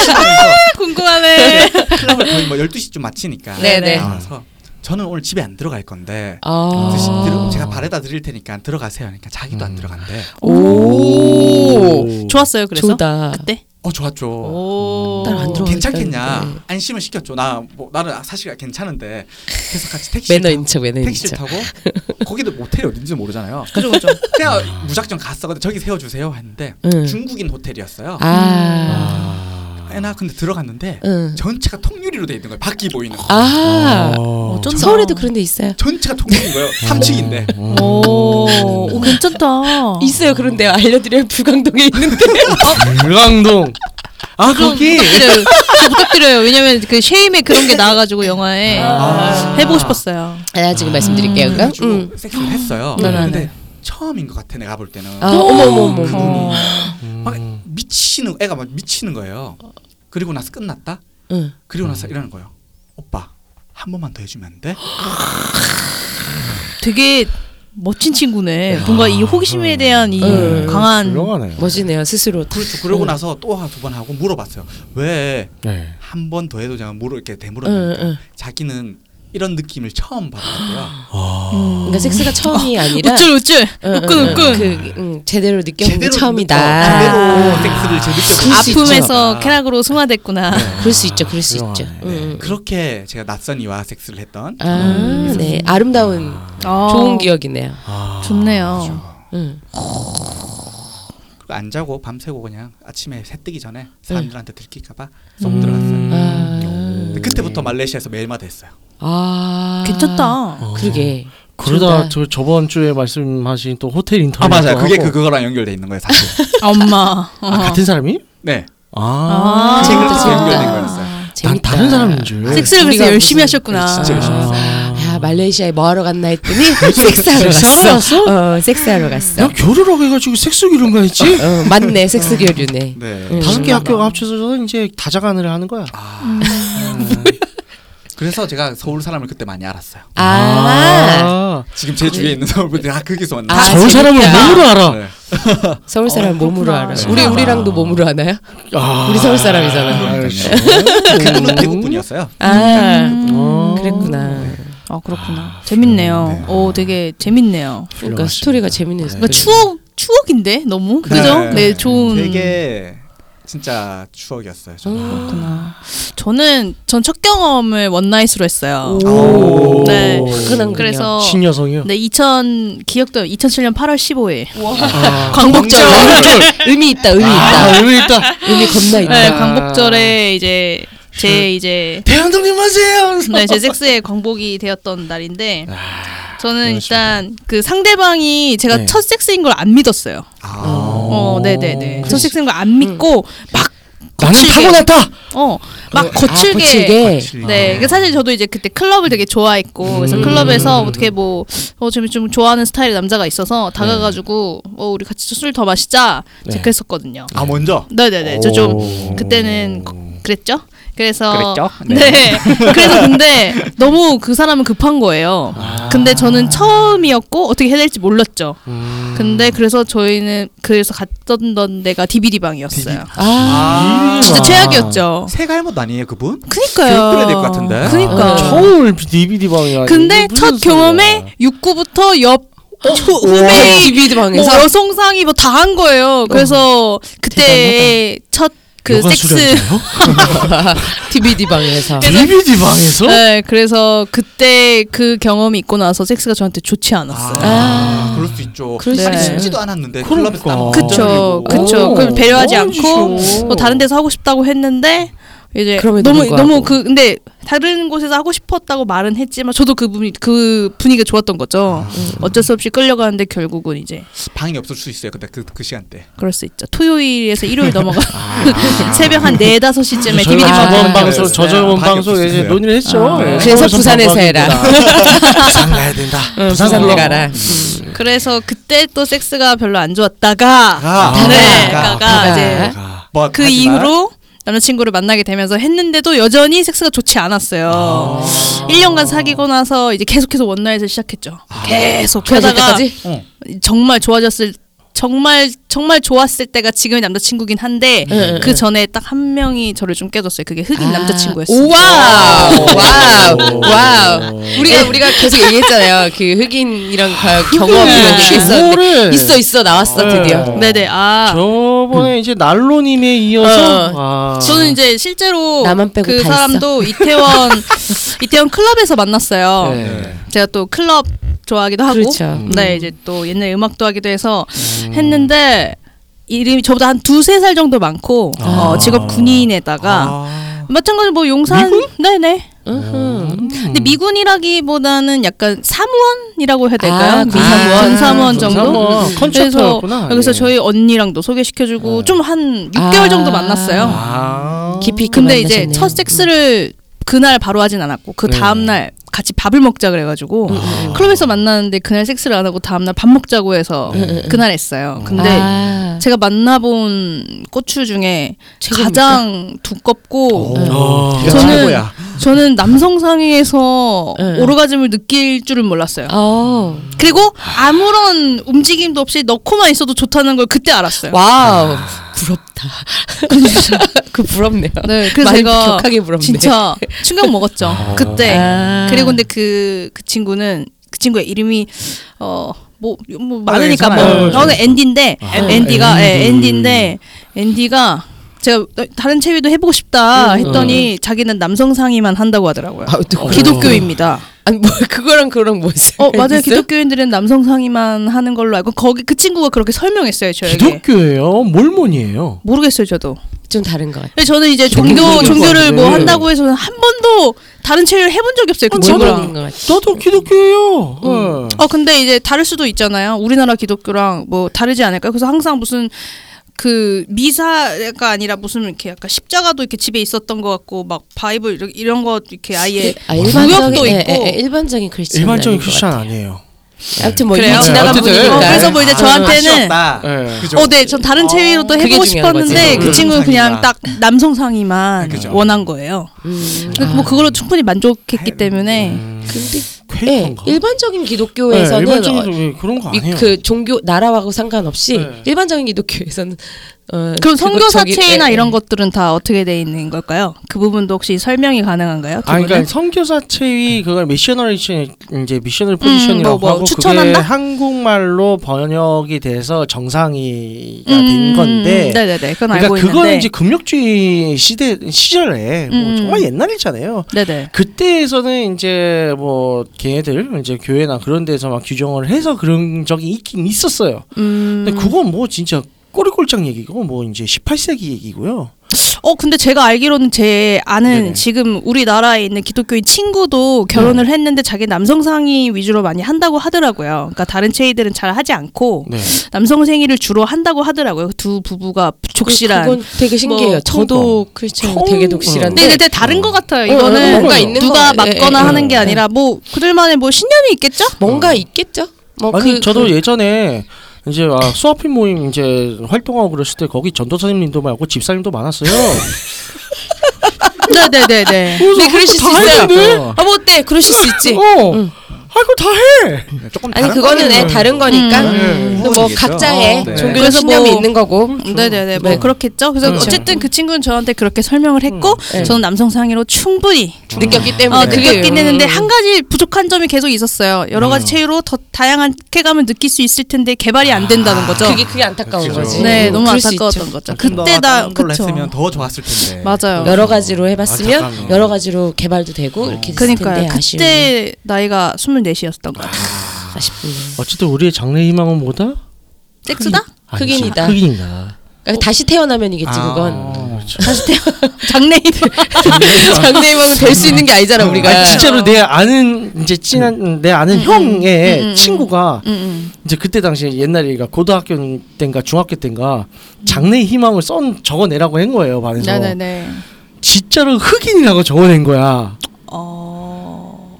Speaker 2: 시작하면서
Speaker 4: 궁금하네.
Speaker 2: 클럽을 거의 뭐 12시쯤 마치니까
Speaker 1: 네네.
Speaker 2: 나와서 저는 오늘 집에 안 들어갈 건데
Speaker 1: 아.
Speaker 2: 드시, 들, 제가 바래다 드릴 테니까 들어가세요 하니까 자기도 안 들어간대
Speaker 4: 오. 좋았어요. 그래서
Speaker 1: 좋다.
Speaker 4: 그때.
Speaker 2: 어 좋았죠
Speaker 4: 오.
Speaker 1: 딸안 들어.
Speaker 2: 괜찮겠냐
Speaker 1: 그러니까.
Speaker 2: 안심을 시켰죠 나 뭐 나는 사실 괜찮은데 그래서 같이 택시를
Speaker 1: 매너인 척, 매너인
Speaker 2: 택시를
Speaker 1: 척.
Speaker 2: 타고 거기도 모텔이
Speaker 1: <laughs>
Speaker 2: 어딘지 모르잖아요
Speaker 4: 그죠 그죠.
Speaker 2: 그냥 무작정 갔어 근데 저기 세워주세요 했는데
Speaker 1: 응.
Speaker 2: 중국인 호텔이었어요
Speaker 1: 아.
Speaker 2: 에나 근데 들어갔는데
Speaker 1: 응.
Speaker 2: 전체가 통유리로 돼 있는 거예요 밖이 보이는 거
Speaker 1: 아.
Speaker 3: 어.
Speaker 4: 어쩐다.
Speaker 1: 서울에도 그런 데 있어요.
Speaker 2: 전체가 통유리인 거예요 3층인데
Speaker 4: 음. 오. 오
Speaker 2: 아.
Speaker 4: 괜찮다.
Speaker 1: 있어요. 그런데 알려드려요. 불광동에 있는데.
Speaker 2: <laughs>
Speaker 3: 불광동. 아 거기.
Speaker 4: 부탁드려요. 저 부탁드려요. 왜냐면 그 쉐임의 그런 게 나와가지고 영화에 해보고 싶었어요.
Speaker 1: 아, 지금 말씀드릴게요. 그럼.
Speaker 2: 그래가지고
Speaker 1: 음.
Speaker 2: 섹스를 했어요.
Speaker 1: 네, 네,
Speaker 2: 근데 처음인 것 같아 내가 볼 때는
Speaker 1: 아, 어머, 어머, 어머.
Speaker 2: 그분이
Speaker 1: 어머.
Speaker 2: 막 미치는 애가 막 미치는 거예요. 그리고 나서 끝났다.
Speaker 1: 응.
Speaker 2: 그리고 나서 이러는 거예요. 오빠 한 번만 더 해주면 안 돼?
Speaker 4: 되게 멋진 친구네. 뭔가 이 호기심에 대한 이
Speaker 1: 음.
Speaker 4: 강한
Speaker 3: 훌륭하네.
Speaker 1: 멋지네요. 스스로. 다.
Speaker 2: 그렇죠. 그러고 나서 또 두 번 하고 물어봤어요. 왜 한 번
Speaker 3: 네.
Speaker 2: 더 해도 제가 물어 이렇게
Speaker 1: 응,
Speaker 2: 대물었는데
Speaker 1: 응.
Speaker 2: 자기는 이런 느낌을 처음 받았대요.
Speaker 4: 음.
Speaker 1: 그러니까 섹스가 처음이 아니라
Speaker 4: 우쭐 우쭐
Speaker 1: 응, 응,
Speaker 4: 어, 우끈
Speaker 1: 응.
Speaker 4: 우끈
Speaker 1: 그, 응, 제대로 느껴본 게
Speaker 2: 제대로 어,
Speaker 1: 처음이다. 아.
Speaker 2: 제대로 섹스를 제대로
Speaker 1: 그럴 수 있죠.
Speaker 4: 아픔에서 쾌락으로 승화됐구나.
Speaker 1: 그럴 수 있죠. 그럴 수
Speaker 3: 훌륭하네.
Speaker 1: 있죠. 응.
Speaker 2: 그렇게 제가 낯선 이와 섹스를 했던
Speaker 1: 아, 네. 아름다운
Speaker 4: 아,
Speaker 1: 좋은 기억이네요.
Speaker 3: 아.
Speaker 4: 좋네요.
Speaker 1: 응.
Speaker 2: 그리고 안 자고 밤새고 그냥 아침에 새 뜨기 전에 사람들한테 들킬까봐 쏙 들어갔어요.
Speaker 1: 아,
Speaker 2: 근데 그때부터 말레이시아에서 매일마다 했어요.
Speaker 1: 아.
Speaker 4: 괜찮다.
Speaker 1: 그러게. 둘다
Speaker 3: 그러다 저 저번 주에 말씀하신 또 호텔 인터뷰.
Speaker 2: 아 맞아요. 그게 그 그거랑 연결돼 있는 거예요, 사실.
Speaker 4: 엄마.
Speaker 1: 어.
Speaker 3: 아, 같은 사람이?
Speaker 2: 네.
Speaker 3: 아.
Speaker 2: 그 책을
Speaker 1: 재밌다,
Speaker 2: 또 연결된
Speaker 1: 재밌다. 아.
Speaker 2: 거였어요.
Speaker 3: 난
Speaker 1: 재밌다. 아,
Speaker 3: 다른 사람인 줄.
Speaker 4: 섹스를
Speaker 1: 우리가 네,
Speaker 4: 그래서
Speaker 1: 무슨-
Speaker 4: 열심히 하셨구나.
Speaker 2: 진짜 열심히 했어요.
Speaker 1: 아, 말레이시아에 뭐 하러 갔나 했더니 섹스하러
Speaker 3: 섹스하러
Speaker 1: 갔어. 어, 섹스하러 갔어.
Speaker 3: 야 교류라고 아, 해가지고 섹스 교류인가 했지?
Speaker 1: 어, 맞네. 섹스 교류네.
Speaker 2: 네.
Speaker 1: 음.
Speaker 3: 다섯 개 학교가 합쳐서 이제 다자간을 하는 거야.
Speaker 2: 아. 그래서 제가 서울 사람을 그때 많이 알았어요.
Speaker 1: 아,
Speaker 2: 지금 제 주위에 있는 사람 분들이 다그 거기서 만나.
Speaker 1: 아,
Speaker 3: 서울 사람을
Speaker 1: 재밌다.
Speaker 3: 몸으로 알아.
Speaker 2: 네.
Speaker 1: 서울 사람 몸으로 알아. 우리
Speaker 2: 그렇구나.
Speaker 1: 우리랑도 몸으로 하나요?
Speaker 3: 아.
Speaker 1: 네. 우리 서울 사람이잖아. 네.
Speaker 3: 알겠어.
Speaker 2: 그분은 대구 분이었어요.
Speaker 4: 음.
Speaker 1: 아,
Speaker 3: 어.
Speaker 1: 그랬구나.
Speaker 4: 아 그렇구나. 재밌네요. 오 되게 재밌네요.
Speaker 1: 그러니까 스토리가 재밌네요.
Speaker 4: 그러니까 추억 추억인데 너무 그죠? 네, 좋은.
Speaker 2: 되게 진짜 추억이었어요. 저는.
Speaker 4: 그렇구나. 저는 전 첫 경험을 원나잇으로 했어요.
Speaker 2: 아. 오.
Speaker 4: 네.
Speaker 1: 화끈한
Speaker 4: 그래서
Speaker 3: 신여성이요.
Speaker 4: 네, 2000 기억도 2007년 8월 15일.
Speaker 3: 아.
Speaker 4: 광복절.
Speaker 1: 의미 있다. 의미 있다.
Speaker 3: 아, 의미 있다.
Speaker 1: 의미 겁나 있다.
Speaker 4: 네, 광복절에 이제 제 이제
Speaker 3: 대한독립 하세요.
Speaker 4: 네, 제 섹스의 광복이 되었던 날인데 저는
Speaker 3: 그러시구나.
Speaker 4: 일단 그 상대방이 제가
Speaker 3: 네.
Speaker 4: 첫 섹스인 걸 안 믿었어요.
Speaker 2: 아.
Speaker 4: 어, 네, 네, 네. 첫 섹스인 걸 안 믿고 막
Speaker 3: 나는
Speaker 4: 거칠게.
Speaker 3: 타고났다.
Speaker 4: 어막
Speaker 1: 아, 거칠게.
Speaker 4: 네, 그 사실 저도 이제 그때 클럽을 되게 좋아했고 그래서
Speaker 1: 음.
Speaker 4: 클럽에서 어떻게 뭐, 뭐어좀 좋아하는 스타일의 남자가 있어서 다가가지고 어 우리 같이 술 더 마시자
Speaker 3: 네.
Speaker 4: 제가 그랬었거든요.
Speaker 2: 아 먼저.
Speaker 4: 네네네, 저 좀
Speaker 3: 오.
Speaker 4: 그때는 그랬죠. 그래서
Speaker 2: 그랬죠?
Speaker 4: <laughs> 네. 그래서 근데 너무 그 사람은 급한 거예요. 근데 저는 처음이었고 어떻게 해야 될지 몰랐죠. 근데 그래서 저희는 그래서 갔던 데가 DVD 방이었어요.
Speaker 1: 아,
Speaker 2: 아.
Speaker 4: 진짜 최악이었죠.
Speaker 2: 세갈못 아니에요 그분?
Speaker 4: 그니까요.
Speaker 2: 교육 끊어야 될것 같은데?
Speaker 4: 그니까.
Speaker 1: 어,
Speaker 3: 서울 DVD 아. 방이야.
Speaker 4: 근데
Speaker 3: 이게 무슨
Speaker 4: 첫
Speaker 3: 소리야.
Speaker 4: 경험에 육구부터 옆 초,
Speaker 1: 어?
Speaker 4: 후배
Speaker 1: TV
Speaker 4: 뭐
Speaker 1: 네, 방에서
Speaker 4: 여성상이 뭐 다 한 거예요. 그래서 그때 첫 그
Speaker 3: 여가
Speaker 4: 섹스
Speaker 3: 수련자요?
Speaker 1: <laughs> DVD 방에서
Speaker 3: DVD 방에서?
Speaker 4: 네, 그래서 그때 그 경험이 있고 나서 섹스가 저한테 좋지 않았어요.
Speaker 1: 아.
Speaker 2: 그럴 수 있죠.
Speaker 1: 그럴 수
Speaker 2: 아니,
Speaker 4: 있죠.
Speaker 2: 신지도 않았는데 클럽에서 땀
Speaker 3: 그러니까.
Speaker 4: 그쵸,
Speaker 2: 흘리고.
Speaker 4: 그쵸.
Speaker 3: 오,
Speaker 4: 그럼 배려하지
Speaker 3: 너무
Speaker 4: 않고
Speaker 3: 좋죠.
Speaker 4: 뭐 다른 데서 하고 싶다고 했는데 이제
Speaker 1: 그럼에도
Speaker 4: 너무
Speaker 1: 불구하고.
Speaker 4: 너무 그 근데 다른 곳에서 하고 싶었다고 말은 했지만 저도 그 분이 그 분위기가 좋았던 거죠. 음, 어쩔 수 없이 끌려가는데 결국은 이제
Speaker 2: 방이 없을 수 있어요. 근데 그그 시간 대
Speaker 4: 그럴 수 있죠. 토요일에서 일요일 넘어가 <laughs> 새벽 한 4,
Speaker 3: 저희가 아.
Speaker 4: 5시쯤에 DVD
Speaker 3: 저번
Speaker 4: 방송
Speaker 3: 방송,
Speaker 4: 했어요.
Speaker 3: 저 저번
Speaker 2: 방이
Speaker 3: 방송에 이제
Speaker 2: 없었어요.
Speaker 3: 논의를 했죠.
Speaker 4: 아,
Speaker 3: 예,
Speaker 1: 그래서
Speaker 3: 서울에서
Speaker 1: 부산에서
Speaker 3: 방송하고
Speaker 1: 해라. 어,
Speaker 3: 있다. 부산 가야 된다.
Speaker 1: 부산
Speaker 3: 올라가.
Speaker 1: 가라. 음,
Speaker 4: 그래서 그때 또 섹스가 별로 안 좋았다가
Speaker 2: 가.
Speaker 4: 네,
Speaker 2: 가.
Speaker 4: 가가
Speaker 1: 가가.
Speaker 4: 이제
Speaker 2: 가. 아, 그러니까. 뭐,
Speaker 4: 그
Speaker 2: 하지만
Speaker 4: 이후로 남자친구를 만나게 되면서 했는데도 여전히 섹스가 좋지 않았어요. 1년간 사귀고 나서 이제 계속해서 원나잇을 시작했죠. 계속
Speaker 1: 아. 좋아질
Speaker 4: 그러다가
Speaker 1: 때까지
Speaker 2: 어.
Speaker 4: 정말 좋아졌을 정말 정말 좋았을 때가 지금의 남자친구긴 한데
Speaker 1: 응,
Speaker 4: 그 전에 딱 한 명이 저를 좀 깨줬어요. 그게 흑인
Speaker 1: 네, 아.
Speaker 4: 남자친구였어요.
Speaker 1: 와우, 와우, 와우.
Speaker 4: 네.
Speaker 1: 우리가
Speaker 4: 예.
Speaker 1: 우리가 계속 얘기했잖아요. 그 흑인 이런 거 경험이 혹시 있었는데
Speaker 3: 네. 뭐래?
Speaker 1: 있어 있어 나왔어 드디어.
Speaker 3: 네.
Speaker 4: 네네 아
Speaker 3: 저번에 이제 난로님에 이어서
Speaker 1: 어.
Speaker 3: 아.
Speaker 4: 저는 이제 실제로
Speaker 1: 나만 빼고
Speaker 4: 그
Speaker 1: 다 <laughs>
Speaker 4: 사람도 이태원 이태원 클럽에서 만났어요.
Speaker 3: 네.
Speaker 4: 제가 또 클럽 좋아하기도 하고,
Speaker 1: 그렇죠.
Speaker 4: 네 이제 또 옛날 음악도 하기도 해서 했는데 이름이 저보다 한 두세 살 정도 많고 어, 직업 군인에다가
Speaker 2: 아.
Speaker 4: 마찬가지로 뭐 용산 네네
Speaker 1: 음흠.
Speaker 4: 근데 미군이라기보다는 약간 사무원이라고 해야 될까요?
Speaker 1: 아,
Speaker 4: 군-
Speaker 1: 군사무원.
Speaker 4: 군사무원 정도.
Speaker 3: 정도
Speaker 4: 그래서
Speaker 3: 컨셉터였구나.
Speaker 4: 여기서 저희 언니랑도 소개시켜주고 좀 한 6개월
Speaker 1: 아.
Speaker 4: 정도 만났어요.
Speaker 2: 아.
Speaker 1: 깊이 있게
Speaker 4: 근데 이제
Speaker 1: 만나셨네요.
Speaker 4: 첫 섹스를 그날 바로 하진 않았고 그
Speaker 3: 네. 음,
Speaker 4: 다음 날 같이 밥을 먹자 그래가지고 클럽에서 만났는데 그날 섹스를 안 하고 다음 날 밥 먹자고 해서
Speaker 3: 네. 음,
Speaker 4: 그날 했어요. 근데
Speaker 1: 아,
Speaker 4: 제가 만나본 고추 중에
Speaker 1: 최고입니까?
Speaker 4: 가장 두껍고
Speaker 3: 어.
Speaker 2: 네가
Speaker 4: 저는-
Speaker 2: 최고야.
Speaker 4: 저는 남성 상위에서
Speaker 1: 네.
Speaker 4: 오르가즘을 느낄 줄은 몰랐어요.
Speaker 1: 어,
Speaker 4: 그리고 아무런 움직임도 없이 넣고만 있어도 좋다는 걸 그때 알았어요.
Speaker 1: 와우, 아. 부럽다. 그 부럽네요.
Speaker 4: 그러니까. 네, 그래서
Speaker 1: 많이
Speaker 4: 제가
Speaker 1: 격하게 부럽네.
Speaker 4: 진짜 충격 먹었죠. 그때.
Speaker 1: 아.
Speaker 4: 그리고 근데 그, 그 친구는, 그 친구의 이름이, 어, 뭐, 뭐 많으니까 뭐,
Speaker 2: 괜찮아요.
Speaker 4: 어, 앤디인데, 앤디가, 예, 앤디인데, 앤디가, 제가 다른 체위도 해보고 싶다 했더니 자기는 남성 상의만 한다고 하더라고요.
Speaker 1: 아,
Speaker 3: 어.
Speaker 1: 또
Speaker 4: 기독교입니다.
Speaker 1: 아니 뭐 그거랑 그거랑 뭔
Speaker 4: 어 맞아요.
Speaker 1: 상관이 있어요?
Speaker 4: 기독교인들은 남성 상의만 하는 걸로 알고 거기 그 친구가 그렇게 설명했어요. 저에게
Speaker 3: 기독교예요. 몰몬이에요.
Speaker 4: 모르겠어요. 저도.
Speaker 1: 좀 다른 것 같아.
Speaker 4: 근데 저는 이제
Speaker 3: 기독교인
Speaker 4: 종교
Speaker 3: 것
Speaker 4: 종교를 뭐
Speaker 3: 같은데.
Speaker 4: 한다고 해서는 한 번도 다른 체를 해본 적이 없어요. 그
Speaker 1: 어,
Speaker 4: 친구랑.
Speaker 1: 것 같아.
Speaker 3: 나도 기독교예요. 예.
Speaker 4: 어 근데 이제 다를 수도 있잖아요. 우리나라 기독교랑 뭐 다르지 않을까? 그래서 항상 무슨 그 미사가 아니라 무슨 이렇게 약간 십자가도 이렇게 집에 있었던 것 같고 막 바이블 이런- 이런 거 이렇게 아예
Speaker 1: 아, 일반적인
Speaker 4: 구역도
Speaker 1: 예,
Speaker 4: 있고.
Speaker 1: 예, 예, 일반적인 크리스천
Speaker 3: 일반적인 크리스찬 아니에요.
Speaker 1: 아무튼 뭐
Speaker 4: 그래요?
Speaker 1: 이미 지나간
Speaker 3: 어쨌든,
Speaker 1: 분이니까.
Speaker 4: 어, 그래서 뭐 이제 저한테는
Speaker 2: 그러니까. 아쉬웠다.
Speaker 3: 예.
Speaker 2: 그죠?
Speaker 4: 어, 네, 전 다른 체위로 또
Speaker 1: 아, 그게
Speaker 4: 해보고
Speaker 1: 중요한 거지.
Speaker 4: 싶었는데 그
Speaker 2: 음.
Speaker 4: 친구는 그냥
Speaker 2: 남성상의만.
Speaker 4: 딱 남성 상의만
Speaker 3: 네,
Speaker 2: 그죠.
Speaker 4: 원한 거예요.
Speaker 1: 음,
Speaker 4: 근데 뭐 그걸로 충분히 만족했기
Speaker 3: 음.
Speaker 4: 때문에
Speaker 1: 근데 예,
Speaker 3: 퀘이커인가?
Speaker 1: 일반적인
Speaker 3: 예,
Speaker 1: 기독교에서는
Speaker 3: 일반적으로
Speaker 1: 어,
Speaker 3: 왜 그런 거
Speaker 1: 이-
Speaker 3: 아니에요.
Speaker 1: 그 종교 나라하고 상관없이
Speaker 3: 네.
Speaker 1: 일반적인 기독교에서는 어,
Speaker 4: 그럼 선교사
Speaker 1: 저기-
Speaker 4: 체위나
Speaker 1: 예, 예.
Speaker 4: 이런 것들은 다 어떻게 돼 있는 걸까요? 그 부분도 혹시 설명이 가능한가요? 두
Speaker 3: 아, 그러니까
Speaker 4: 분은?
Speaker 3: 선교사 체위 그걸 미셔너리 체- 이제 미셔널 포지션이라고
Speaker 4: 음. 뭐, 뭐
Speaker 3: 하고
Speaker 4: 추천한다?
Speaker 3: 그게 한국말로 번역이 돼서 정상이가 된 건데
Speaker 4: 음. 네네네, 그건
Speaker 3: 그러니까
Speaker 4: 알고
Speaker 3: 그거는
Speaker 4: 있는데.
Speaker 3: 이제 금력주의 시대 시절에 뭐
Speaker 4: 음.
Speaker 3: 정말 옛날이잖아요.
Speaker 4: 네네.
Speaker 3: 그때에서는 이제 뭐 걔네들 이제 교회나 그런 데서 막 규정을 해서 그런 적이 있긴 있었어요.
Speaker 4: 음.
Speaker 3: 근데 그건 뭐 진짜 꼬리골장 얘기고 뭐 이제 18세기 얘기고요.
Speaker 4: 어 근데 제가 알기로는 제 아는
Speaker 3: 네네.
Speaker 4: 지금 우리나라에 있는 기독교인 친구도 결혼을 했는데 자기 남성 상의 위주로 많이 한다고 하더라고요. 그러니까 다른 체이들은 잘 하지 않고
Speaker 3: 네.
Speaker 4: 남성 생의를 주로 한다고 하더라고요. 두 부부가 족실한.
Speaker 1: 그건 되게 신기해요.
Speaker 4: 뭐,
Speaker 1: 저도 크리스찬이
Speaker 3: 청-
Speaker 1: 되게
Speaker 4: 네,
Speaker 1: 독실한데
Speaker 4: 근데, 다른 것 같아요.
Speaker 1: 어, 어,
Speaker 4: 이거는
Speaker 1: 뭔가
Speaker 4: 누가
Speaker 1: 있는 거 같- 예,
Speaker 4: 맞거나
Speaker 1: 예,
Speaker 4: 하는 게
Speaker 1: 예.
Speaker 4: 아니라 뭐 그들만의 뭐 신념이 있겠죠? <laughs>
Speaker 1: 뭔가 있겠죠. 뭐
Speaker 3: 아니
Speaker 1: 그-
Speaker 3: 저도 예전에 이제 아, 수아핀 모임 이제 활동하고 그랬을 때 거기 전도사님도 많고
Speaker 1: <laughs>
Speaker 3: 집사님도 많았어요.
Speaker 4: 네, 네, 네, 네.
Speaker 1: 네 그러실 수
Speaker 3: 다
Speaker 1: 있어요. 네.
Speaker 3: 했는데?
Speaker 1: 아 뭐 어때? 그러실 수 있지.
Speaker 3: 어. 아 이거 다 해.
Speaker 2: 네, 조금
Speaker 1: 아니
Speaker 2: 다른
Speaker 1: 그거는 애
Speaker 2: 거니까요.
Speaker 1: 다른 거니까
Speaker 2: 음.
Speaker 1: 근데 뭐
Speaker 2: 음.
Speaker 1: 각자의
Speaker 2: 어, 네.
Speaker 1: 종교적
Speaker 4: 그래서
Speaker 1: 신념이
Speaker 4: 뭐-
Speaker 1: 있는 거고
Speaker 4: 네네네 뭐
Speaker 1: 네.
Speaker 4: 그렇겠죠. 그래서
Speaker 3: 그렇죠.
Speaker 4: 어쨌든 그 친구는 저한테 그렇게 설명을 했고
Speaker 1: 네.
Speaker 4: 저는 남성 상의로 충분히
Speaker 1: 느꼈기 때문에
Speaker 4: 어,
Speaker 1: 그게-
Speaker 4: 느꼈긴 했는데
Speaker 1: 음.
Speaker 4: 한 가지 부족한 점이 계속 있었어요. 여러 가지 체위로 더 다양한 쾌감을 느낄 수 있을 텐데 개발이 안 된다는 거죠.
Speaker 1: 음. 그게 그게 안타까운
Speaker 2: 그렇죠.
Speaker 1: 거지.
Speaker 4: 네
Speaker 1: 음,
Speaker 4: 너무
Speaker 1: 그럴 수 있죠.
Speaker 4: 안타까웠던 거죠.
Speaker 2: 좀더
Speaker 4: 그때 나
Speaker 2: 다른 걸로
Speaker 4: 그쵸.
Speaker 2: 했으면 더 네. 좋았을 텐데.
Speaker 4: 맞아요.
Speaker 1: 여러 가지로 해봤으면
Speaker 3: 안타깝네요.
Speaker 1: 여러 가지로 개발도 되고 이렇게 됐을
Speaker 4: 그러니까요.
Speaker 1: 텐데 아쉬운
Speaker 4: 그때 나이가 24이었던 것 같아요.
Speaker 1: 아쉽군요.
Speaker 3: 어쨌든 우리의 장래 희망은 뭐다?
Speaker 4: 섹스다?
Speaker 3: 아니지,
Speaker 1: 흑인이다.
Speaker 3: 흑인이다. 그렇죠.
Speaker 1: 그러니까 다시 태어나면이겠지
Speaker 2: 아.
Speaker 1: 그건
Speaker 4: <laughs> 장래인
Speaker 1: 장래희망은 될 수 있는 게 아니잖아 그러니까 우리가. 어.
Speaker 3: 아니, 진짜로 내 아는 이제 친한 내 아는 형의 친구가
Speaker 4: 음, 음.
Speaker 3: 이제 그때 당시 옛날에 그러니까 고등학교 때인가 중학교 때인가 장래 희망을 썬 적어내라고 한 거예요 반에서
Speaker 4: 네네네.
Speaker 3: 진짜로 흑인이라고 적어낸 거야
Speaker 4: 어...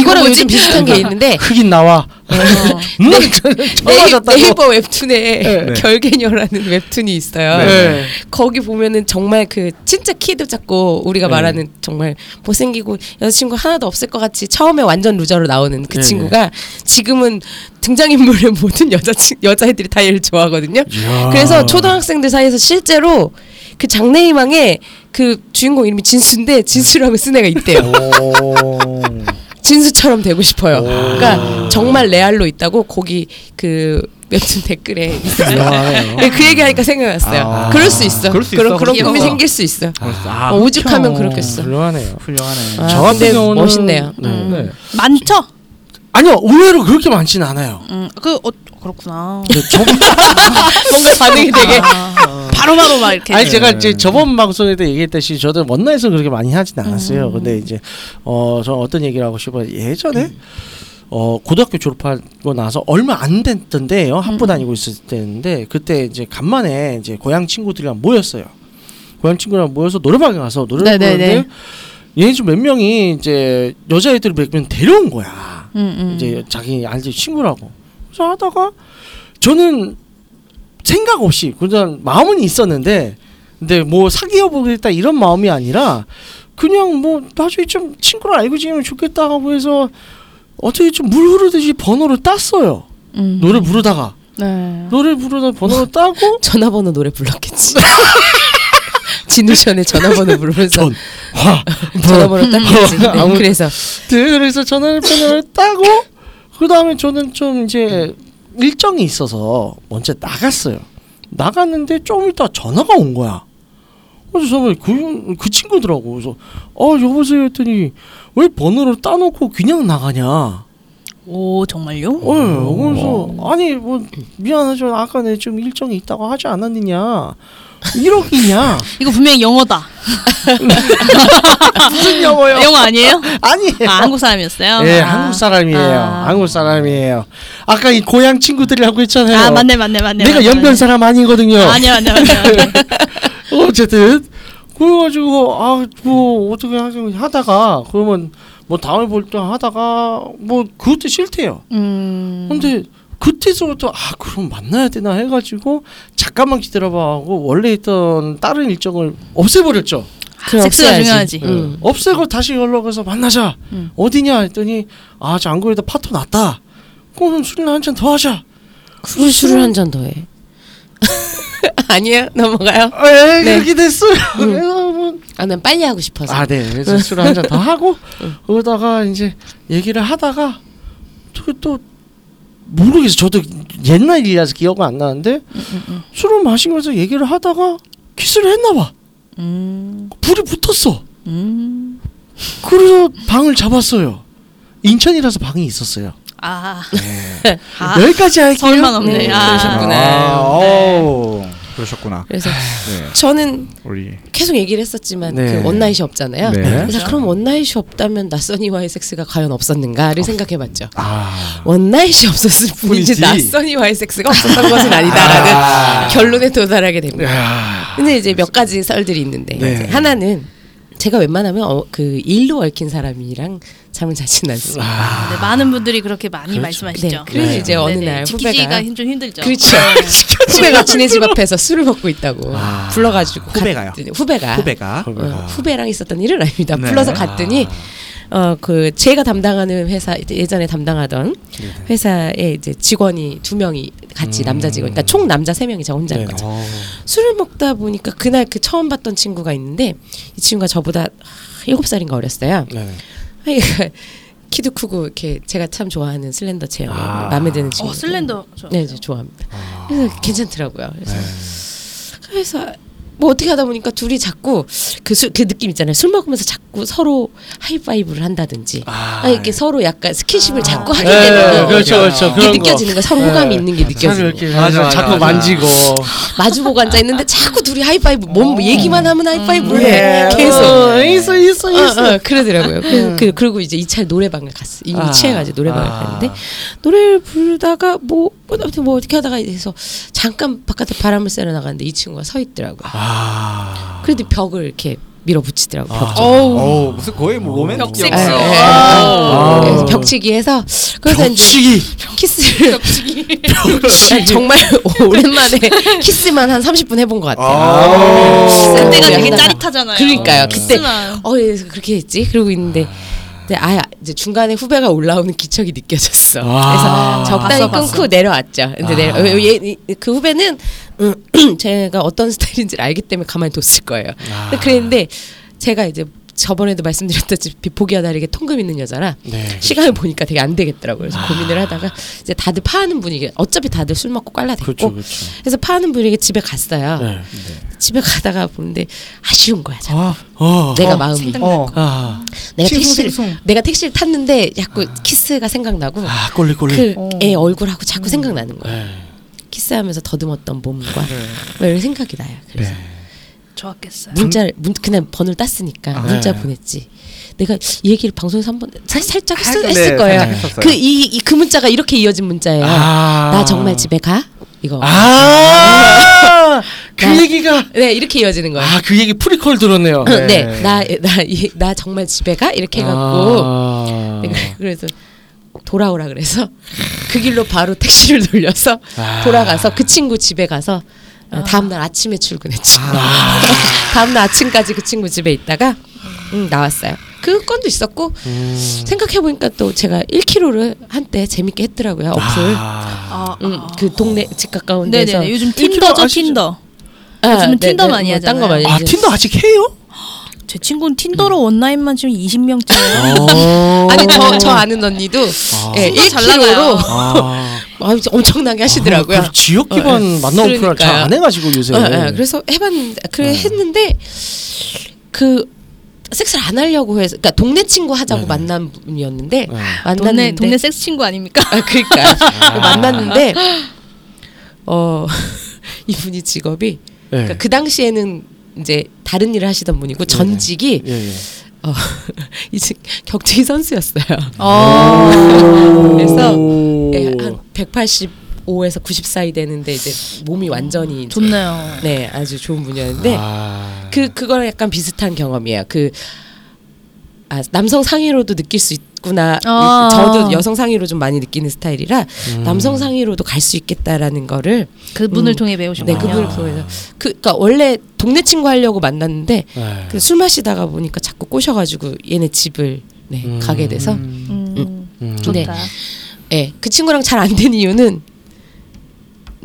Speaker 1: 이거랑 요즘 비슷한 <laughs>
Speaker 3: <laughs>
Speaker 1: 게 있는데
Speaker 3: 흑인 <laughs> 나와
Speaker 4: 어.
Speaker 3: 음,
Speaker 1: 네. 네이,
Speaker 3: 쳐맞았다고
Speaker 1: 네이버 웹툰에
Speaker 3: 네.
Speaker 1: <laughs> 결계녀라는 웹툰이 있어요.
Speaker 2: 네.
Speaker 1: 거기 보면은 정말 그 진짜 키도 작고 우리가
Speaker 3: 네.
Speaker 1: 말하는 정말 못생기고 여자친구 하나도 없을 것 같이 처음에 완전 루저로 나오는 그
Speaker 3: 네.
Speaker 1: 친구가 지금은 등장인물의 <laughs> 모든 여자 여자애들이 다 얘를 좋아하거든요.
Speaker 3: 이야.
Speaker 1: 그래서 초등학생들 사이에서 실제로 그 장래희망에 그 주인공 이름이 진수인데 진수라고 쓴 애가 있대요.
Speaker 3: 오.
Speaker 1: 진수처럼 되고 싶어요. 그러니까 정말 레알로 있다고 거기 그 웹툰 댓글에 있어요.
Speaker 3: 이야.
Speaker 1: 네, 그 얘기하니까 생각났어요.
Speaker 2: 아.
Speaker 1: 그럴 수 있어.
Speaker 2: 그럴 수
Speaker 1: 그런 그런
Speaker 2: 있어, 그럴 수
Speaker 1: 꿈이
Speaker 2: 있어.
Speaker 1: 생길 수 있어.
Speaker 3: 아,
Speaker 1: 어, 오죽하면
Speaker 3: 흑형.
Speaker 1: 그렇겠어.
Speaker 3: 훌륭하네요
Speaker 2: 훌륭하네.
Speaker 1: 아,
Speaker 3: 저 같은
Speaker 1: 근데
Speaker 3: 경우는
Speaker 1: 멋있네요.
Speaker 3: 네.
Speaker 4: 음.
Speaker 3: 네.
Speaker 4: 많죠?
Speaker 3: 아니요 의외로 그렇게
Speaker 1: <laughs>
Speaker 3: 많진 않아요
Speaker 4: 음, 그 어, 그렇구나.
Speaker 3: 근데 저
Speaker 1: 뭔가 반응이 되게
Speaker 4: 아, 바로바로 막 이렇게.
Speaker 3: 아니 제가 이제 저번 방송에 때 얘기했듯이 저도 원나에서 그렇게 많이 하진
Speaker 4: 음.
Speaker 3: 않았어요. 근데 이제 어저 어떤 얘기를 하고 싶어요. 예전에
Speaker 4: 음.
Speaker 3: 어 고등학교 졸업하고 나서 얼마 안 됐던데요.
Speaker 4: 음.
Speaker 3: 학부 다니고 있을 때인데 그때 이제 간만에 이제 고향 친구들이랑 모였어요. 고향 친구랑 모여서 노래방에 가서 노래를
Speaker 4: 네네네.
Speaker 3: 부르는데 얘네 중 몇 명이 이제 여자애들을 몇명 데려온 거야.
Speaker 4: 음, 음.
Speaker 3: 이제 자기 알지 친구라고 그래서 하다가 저는 생각 없이 그냥 마음은 있었는데 근데 뭐 사귀어보겠다 이런 마음이 아니라 그냥 뭐 나중에 좀 친구를 알고 지내면 좋겠다 하고 해서 어떻게 좀 물 흐르듯이 번호를 땄어요
Speaker 4: 음.
Speaker 3: 노래 부르다가
Speaker 4: 네.
Speaker 3: 노래 부르다
Speaker 1: <laughs>
Speaker 3: 번호를 따고
Speaker 1: 전화번호 노래 불렀겠지. 진우션의 전화번호 부르면서
Speaker 3: 화
Speaker 1: 전화번호 딱 했지. 네,
Speaker 3: 아무-
Speaker 1: 그래서
Speaker 3: 네, 그래서 전화를 번호를 따고 그 다음에 저는 좀 이제 일정이 있어서 먼저 나갔어요. 나갔는데 좀 있다 전화가 온 거야. 그래서 정말 그, 그 친구더라고. 그래서 어 여보세요 했더니 왜 번호를 따놓고 그냥 나가냐.
Speaker 4: 오 정말요?
Speaker 3: 어, 그래서 아니 뭐 미안하죠. 아까 내 좀 일정이 있다고 하지 않았느냐. 1억이냐?
Speaker 4: 이거 분명히 영어다.
Speaker 3: 무슨 영어요?
Speaker 4: 영어 아니에요?
Speaker 3: 아니에요.
Speaker 4: 아 한국 사람이었어요.
Speaker 3: 예,
Speaker 4: 아.
Speaker 3: 한국 사람이에요.
Speaker 4: 아.
Speaker 3: 한국 사람이에요. 아까 이 고향 친구들이라고 했잖아요.
Speaker 4: 아 맞네 맞네 맞네.
Speaker 3: 내가
Speaker 4: 맞네,
Speaker 3: 연변 사람 아니거든요.
Speaker 4: 맞네. 아니야 맞네 맞네.
Speaker 1: <laughs>
Speaker 4: 맞네.
Speaker 3: 어쨌든 그래가지고 아 뭐 어떻게 하지 하다가 그러면 뭐 다음에 볼 때 하다가 뭐 그것도 싫대요.
Speaker 4: 음.
Speaker 3: 근데 그때서부터 아 그럼 만나야 되나 해가지고 잠깐만 기다려봐 하고 원래 있던 다른 일정을 없애버렸죠.
Speaker 1: 그럼
Speaker 4: 섹스가
Speaker 1: 없어야지.
Speaker 4: 중요하지.
Speaker 1: 음.
Speaker 3: 없애고 다시 연락해서 만나자.
Speaker 4: 음.
Speaker 3: 어디냐 했더니 아 저 안 그래도 파토 났다. 그럼 술이나 한 잔 더 하자.
Speaker 1: 술 술을 한 잔 더 해. <laughs> 아니에요 넘어가요.
Speaker 3: 에
Speaker 1: 네.
Speaker 3: 그렇게 됐어요. 그래서 뭐
Speaker 1: 아 난 빨리 하고 싶어서.
Speaker 3: 아, 네. 그래서 술 한 잔 더 하고 그러다가 이제 얘기를 하다가 저기 또 모르겠어요. 저도 옛날 일이라서 기억은 안 나는데 술을 마시면서 얘기를 하다가 키스를 했나 봐.
Speaker 4: 음.
Speaker 3: 불이 붙었어.
Speaker 4: 음.
Speaker 3: 그래서 방을 잡았어요. 인천이라서 방이 있었어요. 네.
Speaker 4: 아.
Speaker 3: 여기까지 할게요.
Speaker 4: 서울만 없네. 아. 네.
Speaker 1: 그러셨구나.
Speaker 3: 아, 어우.
Speaker 2: 그러셨구나.
Speaker 1: 그래서
Speaker 2: 네.
Speaker 1: 저는
Speaker 2: 우리
Speaker 1: 계속 얘기를 했었지만
Speaker 3: 네.
Speaker 1: 그 원나잇이 없잖아요.
Speaker 2: 네.
Speaker 1: 그래서 그럼 원나잇이 없다면 낯선이와의 섹스가 과연 없었는가를 생각해봤죠.
Speaker 2: 아
Speaker 1: 원나잇이 없었을 뿐이지
Speaker 2: 뿐이지.
Speaker 1: 낯선이와의 섹스가 없었던 것은 아니다라는
Speaker 2: 아.
Speaker 1: 결론에 도달하게 됩니다.
Speaker 2: 야.
Speaker 1: 근데 이제 몇 가지 썰들이 있는데
Speaker 2: 네.
Speaker 1: 이제 하나는 제가 웬만하면 어, 그 일로 얽힌 사람이랑 잠을 자진
Speaker 2: 아.
Speaker 1: 않습니다.
Speaker 5: 네, 많은 분들이 그렇게 많이 말씀하시죠.
Speaker 1: 네, 그래서
Speaker 5: 네.
Speaker 1: 이제 어느
Speaker 5: 네네.
Speaker 1: 날
Speaker 5: 지키기가
Speaker 1: 후배가-
Speaker 5: 힘- 좀 힘들죠.
Speaker 1: 그렇죠.
Speaker 4: 네.
Speaker 1: <laughs> 후배가 친해
Speaker 4: <laughs>
Speaker 1: 집 앞에서 술을 먹고 있다고 불러가지고
Speaker 2: 아, 후배가요?
Speaker 1: 갔더니-
Speaker 4: 아,
Speaker 1: 후배가
Speaker 2: 후배가
Speaker 1: 어, 후배랑 있었던 일은 아닙니다.
Speaker 2: 네. 아.
Speaker 1: 불러서 갔더니 어 그 제가 담당하는 회사 예전에 담당하던 회사에 이제 직원이 두 명이 같이
Speaker 2: 음.
Speaker 1: 남자 직원, 그러니까 총 남자 세 명이 저 혼자인 거죠.
Speaker 3: 어.
Speaker 1: 술을 먹다 보니까 그날 그 처음 봤던 친구가 있는데 이 친구가 저보다 일곱 살인가 어렸어요. <laughs>
Speaker 3: 네.
Speaker 1: 키도 크고 이렇게 제가 참 좋아하는 슬렌더 체형 마음에 드는 친구.
Speaker 4: 어 슬렌더. 저-
Speaker 1: 네, 저 좋아합니다. 그래서 괜찮더라고요. 그래서,
Speaker 3: 네.
Speaker 1: 그래서 뭐 어떻게 하다 보니까 둘이 자꾸 그, 술, 그 느낌 있잖아요. 술 먹으면서 자꾸 서로 하이파이브를 한다든지
Speaker 2: 아,
Speaker 1: 아, 이렇게 서로 약간 스킨십을 자꾸 하게
Speaker 3: 네,
Speaker 1: 되는 게
Speaker 3: 그렇죠, 그렇죠.
Speaker 1: 이게
Speaker 3: 그런 거.
Speaker 1: 느껴지는 거, 서로 호감이
Speaker 3: 네.
Speaker 1: 있는 게
Speaker 3: 차를
Speaker 1: 느껴지는 거.
Speaker 3: 이렇게
Speaker 2: 맞아, 맞아,
Speaker 3: 자꾸
Speaker 2: 맞아.
Speaker 3: 만지고
Speaker 1: 마주보고 앉아 있는데 자꾸 둘이 하이파이브 몸 얘기만 하면 하이파이브를 해 계속
Speaker 3: 어, 있어 있어 있어. 음.
Speaker 1: 어, 어, 그러더라고요. 그, 그, 그리고 이제 이 차에 노래방을 갔어. 이미
Speaker 3: 아.
Speaker 1: 취해가지고 노래방을
Speaker 3: 아.
Speaker 1: 갔는데 노래를 부르다가 뭐, 뭐, 아무튼 뭐 어떻게 하다가 해서 잠깐 바깥에 바람을 쐬러 나갔는데 이 친구가 서 있더라고요.
Speaker 3: 아.
Speaker 1: 그래도 벽을 이렇게 밀어붙이더라고요. 벽.
Speaker 4: 어우.
Speaker 2: 어 무슨 거의 뭐 로맨틱
Speaker 5: 벽섹스.
Speaker 1: 예,
Speaker 2: 영화.
Speaker 1: 예.
Speaker 3: 아.
Speaker 1: 그래서 벽치기해서 그래서 이제
Speaker 3: 벽치기.
Speaker 5: <laughs>
Speaker 1: 키스를 아니, 정말 <laughs> 오랜만에 키스만 한 30분 해본 것 같아요.
Speaker 2: 아.
Speaker 5: 그때가 어, 되게
Speaker 1: 하다가.
Speaker 5: 짜릿하잖아요.
Speaker 1: 네. 그러니까요. 그때
Speaker 5: 쓰나요?
Speaker 1: 어 그래서 그렇게 했지. 그러고 있는데 근데 아 이제 중간에 후배가 올라오는 기척이 느껴졌어.
Speaker 3: 아.
Speaker 1: 그래서 적당히
Speaker 5: 봤어, 봤어.
Speaker 1: 끊고 내려왔죠. 근데 내려, 어, 얘, 이- 그 후배는 <clears throat> 음, 제가 어떤 스타일인지를 알기 때문에 가만히 뒀을 거예요.
Speaker 3: 아.
Speaker 1: 근데 그랬는데 제가 이제 저번에도 말씀드렸다시피 보기와 다르게 통금 있는 여자라
Speaker 3: 네.
Speaker 1: 시간을 보니까 되게 안 되겠더라고요.
Speaker 3: 아.
Speaker 1: 그래서 고민을 하다가 이제 다들 파하는 분위기 어차피 다들 술 먹고 깔라댔고
Speaker 3: 그렇죠, 그렇죠.
Speaker 1: 그래서 파하는 분위기 집에 갔어요.
Speaker 3: 네.
Speaker 1: 집에 가다가 보는데 아쉬운 거야. 자꾸.
Speaker 2: 아,
Speaker 3: 어.
Speaker 1: 내가 마음이
Speaker 2: 어.
Speaker 3: 아.
Speaker 1: 내가
Speaker 2: 칭송,
Speaker 1: 택시를
Speaker 2: 칭송.
Speaker 1: 내가 택시를 탔는데 자꾸 키스가 생각나고
Speaker 3: 아, 꼴리 꼴리.
Speaker 1: 그 애 얼굴하고 자꾸 생각나는 거야.
Speaker 3: 네.
Speaker 1: 키스하면서 더듬었던 몸과 막 이런 생각이 나요. 그래서
Speaker 3: 네.
Speaker 5: 좋았겠어요.
Speaker 1: 문자를 문, 그냥 번호를
Speaker 3: 아,
Speaker 1: 땄으니까 문자
Speaker 3: 네.
Speaker 1: 보냈지. 내가 이 얘기를 방송에서 한번 살, 살짝 했,
Speaker 2: 네,
Speaker 1: 했을 거예요.
Speaker 2: 살짝 했었어요.
Speaker 1: 그 이 그 문자가 이렇게 이어진 문자예요.
Speaker 3: 아.
Speaker 1: 나 정말 집에 가? 이거.
Speaker 3: 아.
Speaker 1: 나-
Speaker 3: 그 얘기가
Speaker 1: 네 이렇게 이어지는 거예요.
Speaker 3: 아, 그 얘기 프리콜 들었네요.
Speaker 1: 네, 나나나 나 정말 집에 가? 이렇게 해갖고
Speaker 3: 아.
Speaker 1: 네, 그래서 돌아오라 그래서 그 길로 바로 택시를 <laughs> 돌려서 돌아가서 그 친구 집에 가서 어, 다음날 아침에 출근했죠. <laughs> 다음날 아침까지 그 친구 집에 있다가 음, 나왔어요. 그 건도 있었고
Speaker 3: 음.
Speaker 1: 생각해 보니까 또 제가 1km를 한때 재밌게 했더라고요 어플.
Speaker 3: 아.
Speaker 5: 아,
Speaker 1: 음, 그 동네 집 가까운 데서 아, 네,
Speaker 5: 네네네. 요즘 틴더죠 틴더. 요즘은 틴더 많이
Speaker 1: 뭐 딴거
Speaker 5: 하잖아요.
Speaker 1: 많이
Speaker 3: 아,
Speaker 1: 이제
Speaker 3: 틴더 아직 해요?
Speaker 5: 제 친구는 틴더로
Speaker 1: 음.
Speaker 5: 원나잇만 지금
Speaker 1: 아,
Speaker 5: 20명째예요.
Speaker 1: 아니 저, 저 아는 언니도 예,
Speaker 5: 틴더 잘
Speaker 1: 1km로
Speaker 5: 나가요.
Speaker 3: <laughs> 아.
Speaker 1: 엄청나게 하시더라고요.
Speaker 3: 그 지역 기반 만나 오픈을 잘 안 해가지고 요새.
Speaker 1: 어, 어, 그래서 해봤는데 그래 했는데 그 섹스를 안 하려고 해서 그러니까 동네 친구 하자고 만난 분이었는데 만났는데
Speaker 5: 동네 동네 섹스 친구 아닙니까?
Speaker 1: 아 그러니까 만났는데 어 <laughs> 이분이 직업이
Speaker 3: 예.
Speaker 1: 그러니까 그 당시에는 이제 다른 일을 하시던 분이고 전직이
Speaker 3: 예, 예.
Speaker 1: 어, <laughs> 이제 격투기 선수였어요.
Speaker 3: 오.
Speaker 1: 그래서 예, 한 185에서 90 사이 되는데 이제 몸이 완전히 이제
Speaker 5: 좋네요.
Speaker 1: 네 아주 좋은 분이었는데
Speaker 3: 아.
Speaker 1: 그 그거랑 약간 비슷한 경험이에요. 그 아, 남성 상의로도 느낄 수 있구나.
Speaker 5: 아.
Speaker 1: 저도 여성 상의로 좀 많이 느끼는 스타일이라
Speaker 3: 음.
Speaker 1: 남성 상의로도 갈 수 있겠다라는 거를
Speaker 5: 그분을
Speaker 1: 음.
Speaker 5: 통해
Speaker 1: 네
Speaker 5: 배우셨군요.
Speaker 1: 그분을 보면서 그 그러니까 원래 동네 친구 하려고 만났는데
Speaker 3: 예.
Speaker 1: 그술 마시다가 보니까 자꾸 꼬셔가지고 얘네 집을 네,
Speaker 3: 음.
Speaker 1: 가게 돼서
Speaker 5: 음,
Speaker 3: 음.
Speaker 5: 좋다.
Speaker 1: 네. 예, 그 친구랑 잘 안 된 이유는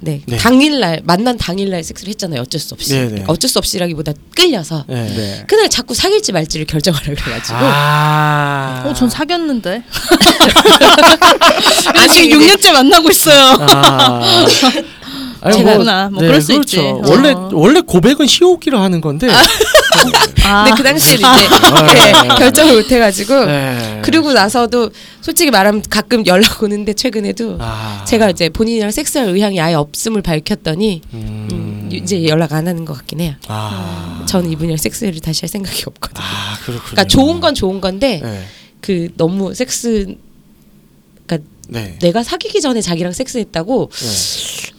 Speaker 1: 네,
Speaker 3: 네.
Speaker 1: 당일날 만난 당일날 섹스를 했잖아요. 어쩔 수 없이
Speaker 3: 네, 네.
Speaker 1: 그러니까 어쩔 수 없이라기보다 끌려서
Speaker 3: 예.
Speaker 2: 네.
Speaker 1: 그날 자꾸 사귈지 말지를 결정하라 그래가지고
Speaker 3: 아.
Speaker 4: 어, 전 사귀었는데.
Speaker 1: 아직
Speaker 4: 지금 6년째 만나고 있어요.
Speaker 3: 아. <laughs> 아니,
Speaker 1: 제가-
Speaker 4: 그러나 뭐 그럴 수
Speaker 3: 그렇죠.
Speaker 4: 있지. 어.
Speaker 3: 원래 원래 고백은 시호흡기로 하는 건데.
Speaker 4: <laughs>
Speaker 5: 아,
Speaker 1: 근데 그 당시에 이제 네, <laughs>
Speaker 3: 아.
Speaker 1: 결정을 못 해가지고
Speaker 3: 예.
Speaker 1: <laughs> 그리고 나서도 솔직히 말하면 가끔 연락 오는데 최근에도
Speaker 3: 아.
Speaker 1: 제가 이제 본인이랑 섹스할 의향이 아예 없음을 밝혔더니
Speaker 3: 음.
Speaker 1: 음, 이제 연락 안 하는 것 같긴 해요.
Speaker 3: 아,
Speaker 1: 저는 이분이랑 섹스를 다시 할 생각이 없거든요.
Speaker 3: 아 그렇군요.
Speaker 1: 그러니까 좋은 건 좋은 건데
Speaker 3: 네.
Speaker 1: 그 너무 섹스 그러니까
Speaker 3: 네.
Speaker 1: 내가 사귀기 전에 자기랑 섹스했다고
Speaker 3: 네.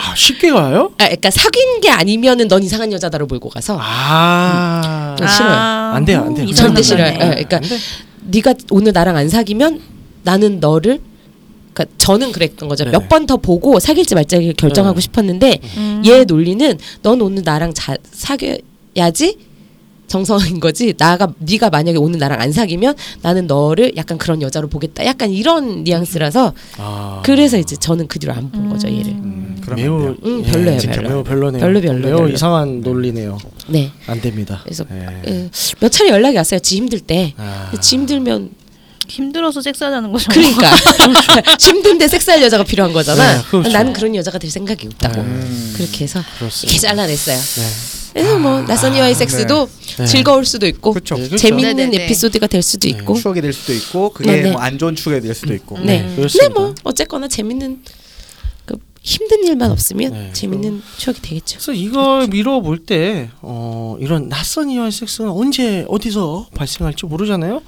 Speaker 3: 아, 쉽게 가요?
Speaker 1: 아 그러니까 사귄 게 아니면은 넌 이상한 여자다로 몰고 가서
Speaker 3: 아,
Speaker 4: 그-
Speaker 1: 음. 싫어요.
Speaker 3: 안 돼요, 안 돼요.
Speaker 5: 이
Speaker 1: 절대
Speaker 5: 사람은
Speaker 1: 싫어요.
Speaker 5: 안
Speaker 1: 예,
Speaker 5: 돼.
Speaker 1: 그러니까 네가 오늘 나랑 안 사귀면 나는 너를 그러니까 저는 그랬던 거죠.
Speaker 3: 네.
Speaker 1: 몇 번 더 보고 사귈지 말지를 결정하고
Speaker 3: 네.
Speaker 1: 싶었는데 얘 논리는 넌 오늘 나랑 자, 사귀어야지 정성인 거지. 나가 네가 만약에 오늘 나랑 안 사귀면 나는 너를 약간 그런 여자로 보겠다. 약간 이런 뉘앙스라서
Speaker 3: 아.
Speaker 1: 그래서 이제 저는 그 뒤로 안 본 거죠 얘를.
Speaker 2: 음, 그러면 안
Speaker 3: 매우
Speaker 2: 돼요.
Speaker 1: 음, 별로예요,
Speaker 3: 진짜
Speaker 1: 별로.
Speaker 3: 매우 별로네요.
Speaker 1: 별로, 별로,
Speaker 3: 매우
Speaker 1: 별로.
Speaker 3: 이상한 논리네요.
Speaker 1: 네.
Speaker 3: 안 됩니다.
Speaker 1: 그래서
Speaker 3: 예.
Speaker 1: 예, 몇 차례 연락이 왔어요. 지 힘들 때.
Speaker 3: 아.
Speaker 1: 지 힘들면
Speaker 5: 힘들어서 섹스하자는 거죠.
Speaker 1: 그러니까 <laughs> 힘든데 섹스할 여자가 필요한 거잖아.
Speaker 3: 네, 그렇죠.
Speaker 1: 나는 그런 여자가 될 생각이 없다고 그렇게 해서
Speaker 3: 그렇습니다.
Speaker 1: 이렇게 잘라냈어요.
Speaker 3: 네.
Speaker 1: 그래서 뭐 낯선이와의 섹스도
Speaker 3: 네.
Speaker 1: 즐거울 수도 있고
Speaker 2: 그렇죠.
Speaker 3: 네, 그렇죠.
Speaker 1: 재밌는
Speaker 4: 네, 네, 네.
Speaker 1: 에피소드가 될 수도 있고.
Speaker 2: 뭐 추억이 될 수도 있고 그게
Speaker 1: 네, 네.
Speaker 2: 뭐 안 좋은 추억이 될 수도 있고.
Speaker 1: 네.
Speaker 3: 네,
Speaker 1: 근데
Speaker 3: 그렇습니다.
Speaker 1: 뭐 어쨌거나 재밌는 그 힘든 일만 없으면
Speaker 3: 네.
Speaker 1: 재밌는 추억이 되겠죠.
Speaker 3: 그래서 이걸 미뤄 볼때 어, 이런 낯선 이와의 섹스는 언제 어디서 발생할지 모르잖아요.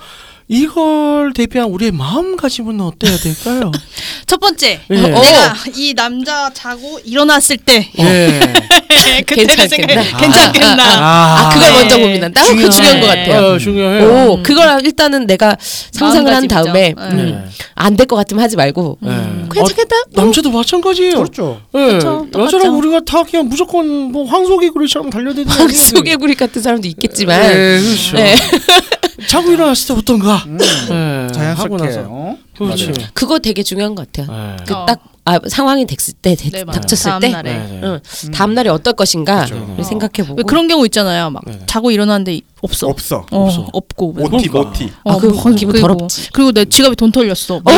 Speaker 3: 이걸 대비한 우리의 마음가짐은
Speaker 2: <laughs>
Speaker 3: 어때야 될까요?
Speaker 4: <laughs> 첫 번째 어,
Speaker 3: 예.
Speaker 1: 어.
Speaker 4: 내가 이 남자 자고 일어났을
Speaker 1: <laughs>
Speaker 4: 때
Speaker 3: 예.
Speaker 1: 네,
Speaker 4: 그때를
Speaker 1: 괜찮겠나?
Speaker 4: 생각해 괜찮겠나
Speaker 1: 아, 아, 그걸
Speaker 4: 네.
Speaker 1: 먼저 고민한다. 그거 중요한 것 같아요.
Speaker 3: 어, 중요해요.
Speaker 1: 오, 그걸 일단은 내가 상상을 한
Speaker 4: 음. 마음가짐이죠.
Speaker 1: 다음에
Speaker 4: 네.
Speaker 1: 안 될 것 같으면 하지 말고
Speaker 3: 예.
Speaker 1: 음. 그냥
Speaker 3: 어,
Speaker 1: 괜찮겠다. <laughs>
Speaker 3: 남자도 마찬가지예요.
Speaker 2: 그렇죠.
Speaker 3: 예.
Speaker 5: 그렇죠. 똑같죠.
Speaker 3: 여자랑 우리가 다 그냥 무조건 뭐 황소개구리처럼 달려드는
Speaker 1: 황소개구리 같은 사람도 있겠지만
Speaker 3: 예, 그렇죠.
Speaker 1: 네.
Speaker 3: <laughs> 자고 일어났을 때 어떤가?
Speaker 2: 음.
Speaker 3: 예, 하고
Speaker 2: 자연스럽게.
Speaker 3: 나서.
Speaker 2: 어?
Speaker 3: 그렇지.
Speaker 2: 맞아요.
Speaker 1: 그거 되게 중요한 것 같아요.
Speaker 3: 예.
Speaker 1: 그
Speaker 4: 어.
Speaker 1: 딱 아, 상황이 됐을 때 되-
Speaker 5: 네, 맞아요.
Speaker 1: 닥쳤을
Speaker 4: 다음
Speaker 1: 때
Speaker 4: 날에.
Speaker 3: 네, 네.
Speaker 1: 응, 다음 날이 어떨 것인가를 음.
Speaker 3: 그렇죠.
Speaker 1: 생각해보고
Speaker 4: 왜 그런 경우 있잖아요 막
Speaker 3: 네네.
Speaker 4: 자고 일어났는데 없어
Speaker 2: 없어.
Speaker 4: 어,
Speaker 3: 없어.
Speaker 4: 없고 어,
Speaker 2: 모티
Speaker 3: 그러니까.
Speaker 2: 모티.
Speaker 1: 아, 그거 기분
Speaker 4: 그리고-
Speaker 1: 더럽지.
Speaker 4: 그리고 내 지갑에 돈 털렸어
Speaker 1: 오,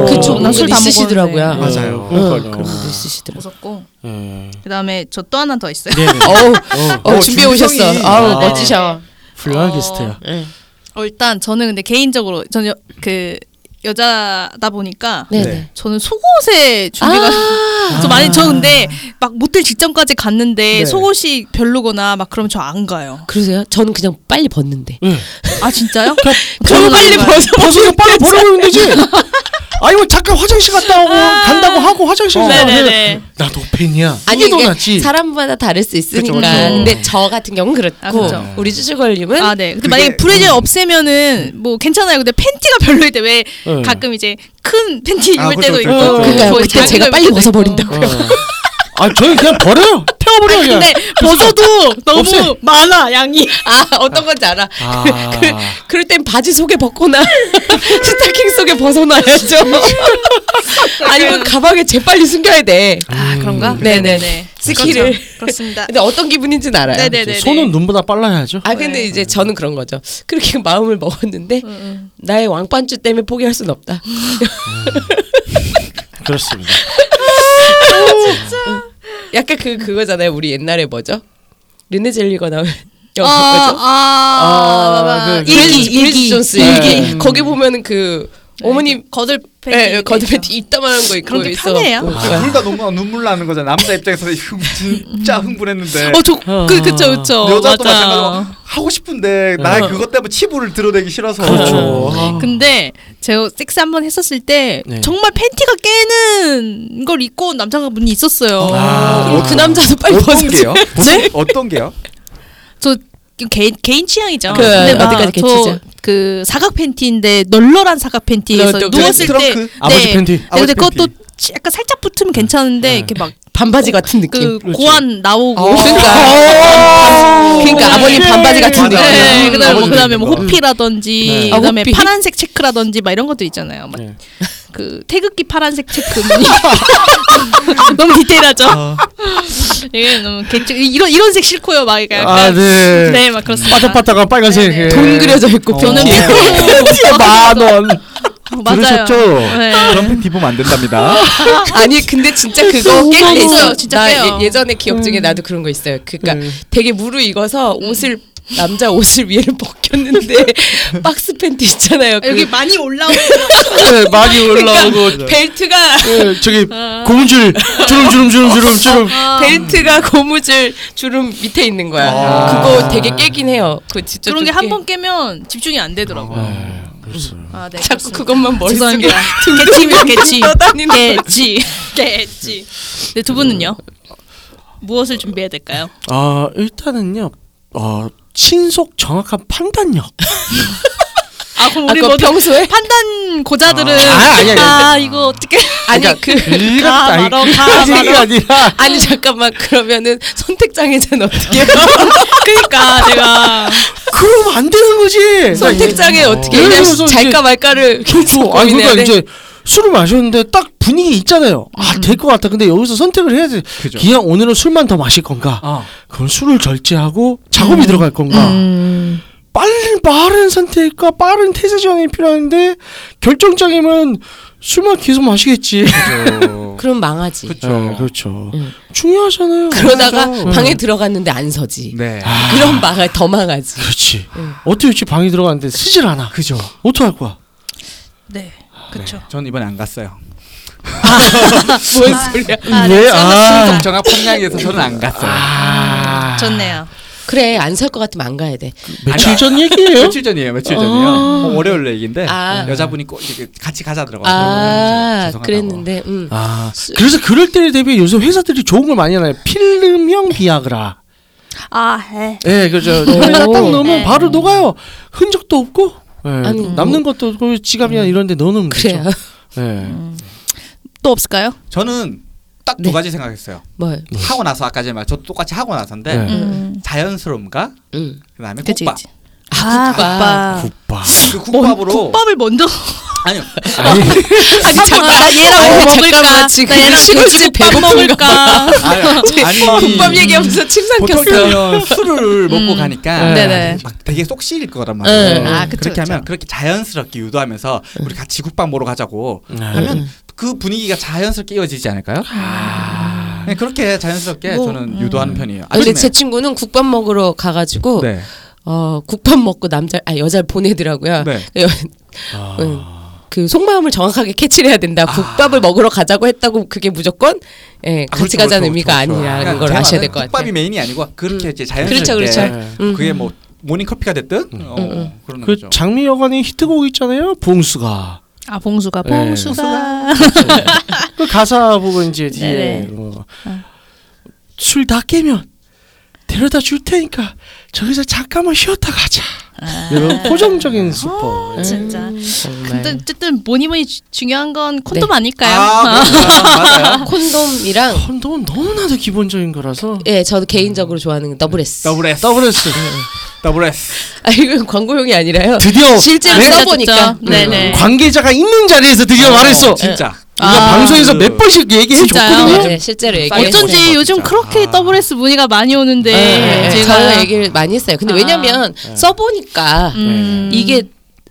Speaker 3: 오.
Speaker 1: 그쵸
Speaker 3: 나술다
Speaker 1: 있으시더라고요.
Speaker 4: 먹었네.
Speaker 2: 맞아요.
Speaker 3: 어,
Speaker 1: 응,
Speaker 3: 그러니까요.
Speaker 1: 그런 분도 있으시더라고요.
Speaker 4: 무섭고
Speaker 3: 예.
Speaker 4: 그다음에 저 또 하나 더 있어요
Speaker 3: 네, 네.
Speaker 1: 어우,
Speaker 3: 어,
Speaker 1: 어, 준비해 오셨어.
Speaker 2: 중성이-
Speaker 1: 아우
Speaker 4: 아,
Speaker 1: 멋지셔.
Speaker 3: 훌륭한
Speaker 4: 어.
Speaker 3: 게스트야.
Speaker 1: 응.
Speaker 4: 어, 일단 저는 근데 개인적으로 저는 여, 그 여자다 보니까
Speaker 1: 네네.
Speaker 2: 네.
Speaker 4: 저는 속옷에 준비가 <laughs>
Speaker 1: 아,
Speaker 4: 저 많이 저 근데 막 모텔 직전까지 갔는데
Speaker 3: 네.
Speaker 4: 속옷이 별로거나 막 그럼 저 안 가요.
Speaker 1: 그러세요? 저는 그냥 빨리 벗는데.
Speaker 3: 예.
Speaker 4: 아 진짜요?
Speaker 1: 그럼
Speaker 4: <laughs> 저는 안
Speaker 1: 빨리
Speaker 4: 가요.
Speaker 1: 벗어.
Speaker 3: 버스가 아, 빨리 보내면 되지. 아니 뭐 잠깐 화장실 갔다 오고 간다고 하고 화장실
Speaker 4: 어.
Speaker 3: 가야 돼.
Speaker 4: 네네네.
Speaker 3: 나 도팬이야.
Speaker 1: 아니
Speaker 3: 이게 더
Speaker 1: 이게
Speaker 3: 낫지.
Speaker 1: 사람마다 다를 수 있으니까.
Speaker 2: 그쵸, 그쵸.
Speaker 1: 근데 저 같은 경우는 그렇고
Speaker 4: 아, 그쵸.
Speaker 1: 우리 쭈쭈걸님은
Speaker 4: 아 네. 근데
Speaker 2: 그게-
Speaker 4: 만약에 브래지어 없애면은 뭐 괜찮아요. 근데 팬티가 별로일 때 왜
Speaker 3: 네.
Speaker 4: 가끔 이제 큰 팬티 입을
Speaker 2: 아, 그죠,
Speaker 4: 때도
Speaker 2: 그죠,
Speaker 4: 있고
Speaker 3: 그죠.
Speaker 1: 그러니까
Speaker 4: 뭐
Speaker 1: 그때
Speaker 4: 작은
Speaker 1: 제가
Speaker 4: 거
Speaker 1: 빨리
Speaker 4: 입을 때도
Speaker 1: 벗어버린다고.
Speaker 4: 있고.
Speaker 3: 아 저는 그냥 버려요. 태워버려요.
Speaker 4: 아니,
Speaker 3: 그냥.
Speaker 4: 근데
Speaker 1: <laughs>
Speaker 4: 벗어도 너무
Speaker 3: 없애.
Speaker 4: 많아 양이.
Speaker 1: 아 어떤 건지 알아.
Speaker 3: 아.
Speaker 1: <laughs> 그, 그럴 땐 바지 속에 벗거나 <laughs> 스타킹 속에
Speaker 4: <laughs>
Speaker 1: 벗어놔야죠. 아니면 가방에 재빨리 숨겨야 돼.
Speaker 4: 아 그런가?
Speaker 1: 네네네. 스키를.
Speaker 4: 그렇죠.
Speaker 1: <laughs>
Speaker 4: 그렇습니다.
Speaker 1: 근데 어떤 기분인지는 알아요.
Speaker 4: 네네네. 네.
Speaker 3: 손은 눈보다 빨라야죠.
Speaker 1: 아 근데 이제 저는 그런 거죠. 그렇게 <laughs> 마음을 먹었는데
Speaker 4: 음.
Speaker 1: 나의 왕반주 때문에 포기할 순 없다.
Speaker 3: 그렇습니다.
Speaker 1: 약간 그 그거잖아요. 우리 옛날에 뭐죠? 르네젤리가 나온 <laughs> 영화
Speaker 4: 아,
Speaker 1: 뭐죠?
Speaker 4: 아,
Speaker 3: 아,
Speaker 4: 봐봐.
Speaker 3: 그-
Speaker 4: 일기
Speaker 1: 브리스- 브리스
Speaker 4: 일기. 네,
Speaker 1: 존스
Speaker 3: 네.
Speaker 1: 일기
Speaker 3: 음.
Speaker 1: 거기 보면은 그 어머님
Speaker 4: 거들 팬티.
Speaker 1: 예, 예, 거듭 팬티 이따만한 거 입고
Speaker 4: 그런 게
Speaker 1: 있어.
Speaker 4: 편해요?
Speaker 2: 아. 둘다 너무 눈물 나는 거잖아. 남자 입장에서 <laughs> 흥- 진짜 흥분했는데.
Speaker 4: 어저그 그쵸 그쵸
Speaker 2: 여자도
Speaker 4: 맞아.
Speaker 2: 마찬가지로 하고 싶은데 나 그것 때문에 치부를 드러내기 싫어서
Speaker 3: 그렇죠. 아.
Speaker 4: 근데 제가 섹스 한 번 했었을 때
Speaker 3: 네.
Speaker 4: 정말 팬티가 깨는 걸 입고 온 남자가 분이 있었어요.
Speaker 3: 아.
Speaker 1: 그럼 그 남자도 빨리
Speaker 2: 어떤
Speaker 1: 벗어줘.
Speaker 2: 게요?
Speaker 4: 네?
Speaker 2: 어떤 게요?
Speaker 4: <laughs> 저 개인 개인 취향이죠.
Speaker 1: 그,
Speaker 4: 막 그러니까
Speaker 1: 어디까지
Speaker 4: 저
Speaker 1: 개취죠?
Speaker 4: 그 사각 팬티인데 널널한 사각 팬티에서
Speaker 1: 그
Speaker 4: 누웠을 때
Speaker 2: 트렁크?
Speaker 4: 네.
Speaker 3: 아버지 팬티.
Speaker 4: 네, 근데
Speaker 2: 아버지 팬티.
Speaker 4: 그것도 치- 약간 살짝 붙으면 괜찮은데 이렇게
Speaker 1: 반바지 같은
Speaker 4: 막 그
Speaker 1: 느낌.
Speaker 4: 고안 나오고 <laughs>
Speaker 3: 아.
Speaker 1: 그러니까 그러니까 아버님 반바지 같은
Speaker 2: 맞아.
Speaker 1: 느낌.
Speaker 4: 네, 그다음에 뭐
Speaker 2: 아버지
Speaker 4: 그다음에 뭐
Speaker 2: 팬티인가?
Speaker 4: 호피라든지
Speaker 3: 네.
Speaker 1: 아,
Speaker 4: 그다음에
Speaker 1: 호피?
Speaker 4: 파란색 체크라든지 막 이런 것도 있잖아요. 막
Speaker 3: 네.
Speaker 4: 그 태극기 파란색 체크 뭐. <laughs> 너무 디테일하죠. 이게 너무 개쪽 이런 이런 색 싫고요. 막 약간
Speaker 3: 아 네.
Speaker 4: 네, 막 그렇습니다.
Speaker 3: 빠딱빠딱한 빨간색.
Speaker 4: 네, 네.
Speaker 1: 돈 그려져 있고
Speaker 2: 어.
Speaker 1: 벽에.
Speaker 4: 저는 <laughs>
Speaker 2: 네.
Speaker 4: 삐뚤-
Speaker 3: 만 원.
Speaker 4: 어, 맞아요. 네.
Speaker 2: 그런 팬티 보면 안 된답니다.
Speaker 1: 아니 근데 진짜 그거 깰 때
Speaker 4: 있어요. 음.
Speaker 1: 있어요.
Speaker 4: 진짜
Speaker 1: 나
Speaker 4: 깨요.
Speaker 1: 예, 예전에 기억 중에 나도 그런 거 있어요. 그러니까
Speaker 3: 음.
Speaker 1: 되게 무르익어서 옷을 남자 옷을 위에를 벗겼는데
Speaker 4: <laughs>
Speaker 1: 박스 팬티 있잖아요. 그
Speaker 4: 여기 많이 올라오고
Speaker 3: 네, 많이
Speaker 1: 그러니까
Speaker 3: 올라오고
Speaker 1: 벨트가
Speaker 3: 예, 저기 고무줄 주름 주름 주름 주름 주름
Speaker 4: 아, 어.
Speaker 1: 벨트가 <laughs> 고무줄 주름 밑에 있는 거야.
Speaker 2: 아.
Speaker 1: 그거 되게 깨긴 해요. 그 진짜 좀
Speaker 4: 그런 게
Speaker 1: 깨.
Speaker 4: 한 번 깨면 집중이 안 되더라고요. 아, 네.
Speaker 1: 자꾸 그것만 머릿속에
Speaker 4: 죄송합니다. 개찜이요, 개찜.
Speaker 1: 떠다니는
Speaker 4: <laughs> 개찜. 개찜. 네, 두 분은요? 무엇을 준비해야 될까요?
Speaker 3: 아 일단은요 어 신속 정확한 판단력
Speaker 4: 아, 그럼
Speaker 1: 아,
Speaker 4: 우리
Speaker 1: 그거
Speaker 4: 모두
Speaker 1: 평소에? <laughs>
Speaker 4: 판단 고자들은
Speaker 3: 아, 아니, 아니, 아니.
Speaker 4: 아, 이거 어떻게
Speaker 1: 아니 그
Speaker 3: 가 그러니까 아니
Speaker 4: 말어, 가,
Speaker 3: 그게
Speaker 4: 말어.
Speaker 3: 아니라
Speaker 1: 아니 잠깐만 그러면은 선택
Speaker 4: 아,
Speaker 1: 장애자는 어떻게 해요?
Speaker 4: 그러니까 내가
Speaker 3: 그럼 안 되는 거지
Speaker 1: 선택 장애 어떻게 해야
Speaker 3: 그러니까 뭐 예를
Speaker 1: 할지
Speaker 3: 들어서 이제-
Speaker 1: 잘까 말까를 계속
Speaker 3: 어, 아니
Speaker 1: 고민해야
Speaker 3: 그러니까
Speaker 1: 돼.
Speaker 3: 이제 술을 마셨는데 딱 분위기 있잖아요. 아
Speaker 1: 음.
Speaker 3: 될 것 같아. 근데 여기서 선택을 해야지.
Speaker 2: 그죠.
Speaker 3: 그냥 오늘은 술만 더 마실 건가?
Speaker 2: 어.
Speaker 3: 그럼 술을 절제하고 작업이 들어갈 건가? 빨리 빠른 선택과 빠른 태세 전환이 필요한데 결정적이면 술만 계속 마시겠지.
Speaker 1: 그럼 망하지.
Speaker 2: 그쵸.
Speaker 3: 네, 그렇죠.
Speaker 1: 음.
Speaker 3: 중요하잖아요.
Speaker 1: 그러다가
Speaker 4: 음.
Speaker 3: 그렇죠.
Speaker 1: 방에
Speaker 3: 네.
Speaker 1: 들어갔는데 안 서지.
Speaker 2: 네.
Speaker 1: 그럼 망할 더 망하지.
Speaker 3: 그렇지. 어떻게 지 방에 들어갔는데 쓰질 않아. 그죠. 어떻게 할 거야?
Speaker 4: 네. 그렇죠.
Speaker 2: 전 이번에 안 갔어요.
Speaker 1: 뭔 소리야?
Speaker 4: 아,
Speaker 3: 왜?
Speaker 4: 네,
Speaker 3: 아.
Speaker 2: 정확 판단에서 저는 안 갔어요.
Speaker 3: 아.
Speaker 4: 좋네요.
Speaker 1: 그래 안 살 것 같으면 안 가야 돼.
Speaker 3: 며칠 전 얘기예요.
Speaker 2: 며칠 전이에요. 며칠 전이요. 어, 월요일 얘기인데
Speaker 1: 아.
Speaker 2: 여자분이 꼭 이렇게 같이 가자 들어가서
Speaker 1: 아
Speaker 2: 죄송하다고.
Speaker 1: 그랬는데 음.
Speaker 3: 아, 그래서 그럴 때를 대비해 요새 회사들이 좋은 걸 많이 하나요? 필름형 비아그라.
Speaker 5: 아, 해.
Speaker 3: 예, 네, 그죠. 혈에다 딱 넣으면
Speaker 4: 네.
Speaker 3: 바로 녹아요. 흔적도 없고. 예,
Speaker 1: 아니,
Speaker 3: 남는 것도 없고 그 지갑이나 이런 데 넣어놓으면
Speaker 1: 그래요. <laughs>
Speaker 3: 되죠. 예.
Speaker 4: 또 없을까요?
Speaker 2: 저는 딱 두
Speaker 1: 네.
Speaker 2: 가지 생각했어요.
Speaker 1: 뭘?
Speaker 2: 하고 나서 아까 전에 말저 똑같이 하고 나서인데
Speaker 3: 네.
Speaker 5: 음.
Speaker 2: 자연스러움과
Speaker 1: 음.
Speaker 2: 그다음에
Speaker 4: 그치,
Speaker 2: 국밥.
Speaker 4: 그치.
Speaker 1: 아, 국밥.
Speaker 3: 국밥.
Speaker 2: 그 국밥으로
Speaker 1: 어,
Speaker 4: 국밥을 먼저
Speaker 2: 아니요.
Speaker 1: 아니 잠깐만 나 얘랑
Speaker 4: 어,
Speaker 1: 어,
Speaker 4: 먹을까?
Speaker 1: 잠깐만
Speaker 4: 나
Speaker 1: 지금
Speaker 4: 얘랑
Speaker 1: 시골집
Speaker 4: 같이 국밥 먹을까?
Speaker 1: <laughs>
Speaker 2: 아니, 아니
Speaker 1: 국밥 얘기하면서 침
Speaker 2: 보통
Speaker 1: 삼켰어.
Speaker 2: 그러면 술을 먹고
Speaker 1: 음.
Speaker 2: 가니까
Speaker 3: 네.
Speaker 4: 네네.
Speaker 2: 막 되게 속시일
Speaker 1: 네.
Speaker 2: 거란 말이에요.
Speaker 1: 응.
Speaker 4: 아, 그쵸,
Speaker 2: 그렇게
Speaker 4: 그쵸.
Speaker 2: 하면 그렇게 자연스럽게 유도하면서
Speaker 1: 네.
Speaker 2: 우리 같이 국밥 먹으러 가자고 하면
Speaker 1: 음.
Speaker 2: 그 분위기가 자연스럽게 이어지지 않을까요? 네, 그렇게 자연스럽게
Speaker 4: 뭐,
Speaker 2: 저는 유도하는 편이에요.
Speaker 1: 아, 근데
Speaker 2: 아침에.
Speaker 1: 제 친구는 국밥 먹으러 가가지고
Speaker 2: 네.
Speaker 1: 어 국밥 먹고 남자 아 여자를 보내더라고요. 그
Speaker 2: 네.
Speaker 1: 여- 음, 그 속마음을 정확하게 캐치를 해야 된다. 국밥을 먹으러 가자고 했다고 그게 무조건 예,
Speaker 2: 아,
Speaker 1: 같이
Speaker 2: 그렇죠,
Speaker 1: 가자는
Speaker 2: 그렇죠,
Speaker 1: 의미가
Speaker 2: 그렇죠.
Speaker 1: 아니라는
Speaker 2: 그러니까
Speaker 1: 걸
Speaker 2: 제가
Speaker 1: 아셔야
Speaker 2: 말하는
Speaker 1: 될 것
Speaker 2: 국밥이
Speaker 1: 같아요.
Speaker 2: 메인이 아니고 그렇게 이제 자연스럽게
Speaker 1: 그렇죠, 그렇죠. 음.
Speaker 2: 그게 뭐 모닝 커피가 됐든 어, 그런
Speaker 3: 그
Speaker 2: 거죠.
Speaker 3: 장미 여관의 히트곡 있잖아요. 봉수가.
Speaker 4: 아, 봉수가
Speaker 3: 네.
Speaker 4: 봉수가
Speaker 3: 그 가사 부분 이제
Speaker 4: 네네.
Speaker 3: 뒤에 뭐. 술 다 깨면 데려다 줄 테니까 저기서 잠깐만 쉬었다 가자. 이런 고정적인 슈퍼. 예.
Speaker 4: <laughs> 진짜.
Speaker 1: 정말.
Speaker 4: 근데 어쨌든 뭐니 뭐니 주- 중요한 건 콘돔 네. 아닐까요? 뭐, 어.
Speaker 2: 아, 그렇구나.
Speaker 1: <laughs>
Speaker 2: 맞아요.
Speaker 1: 콘돔이랑
Speaker 3: 콘돔은 너무나도 기본적인 거라서
Speaker 1: 예, 저도 개인적으로 좋아하는 건 더블 S.
Speaker 2: 더블 S.
Speaker 3: 더블 S
Speaker 2: 더블 S.
Speaker 1: 아 이건 광고용이 아니라요.
Speaker 3: 드디어
Speaker 1: 실제로
Speaker 4: 네?
Speaker 1: 써보니까.
Speaker 4: 진짜. 음, 네네.
Speaker 3: 관계자가 있는 자리에서 드디어
Speaker 2: 네,
Speaker 3: 말했어.
Speaker 2: 진짜.
Speaker 3: 이거 방송에서 몇 번씩 얘기해
Speaker 4: 아, 진짜요?
Speaker 1: 네,
Speaker 3: 줬거든요.
Speaker 1: 네, 실제로 얘기해.
Speaker 2: 어쩐-
Speaker 4: 어쩐지 요즘 그렇게 더블 S 문의가 많이 오는데
Speaker 1: 네,
Speaker 4: 제가
Speaker 1: 제가 얘기를 많이 했어요. 근데
Speaker 4: 아.
Speaker 1: 왜냐면
Speaker 2: 네.
Speaker 1: 써보니까
Speaker 4: 음,
Speaker 1: 이게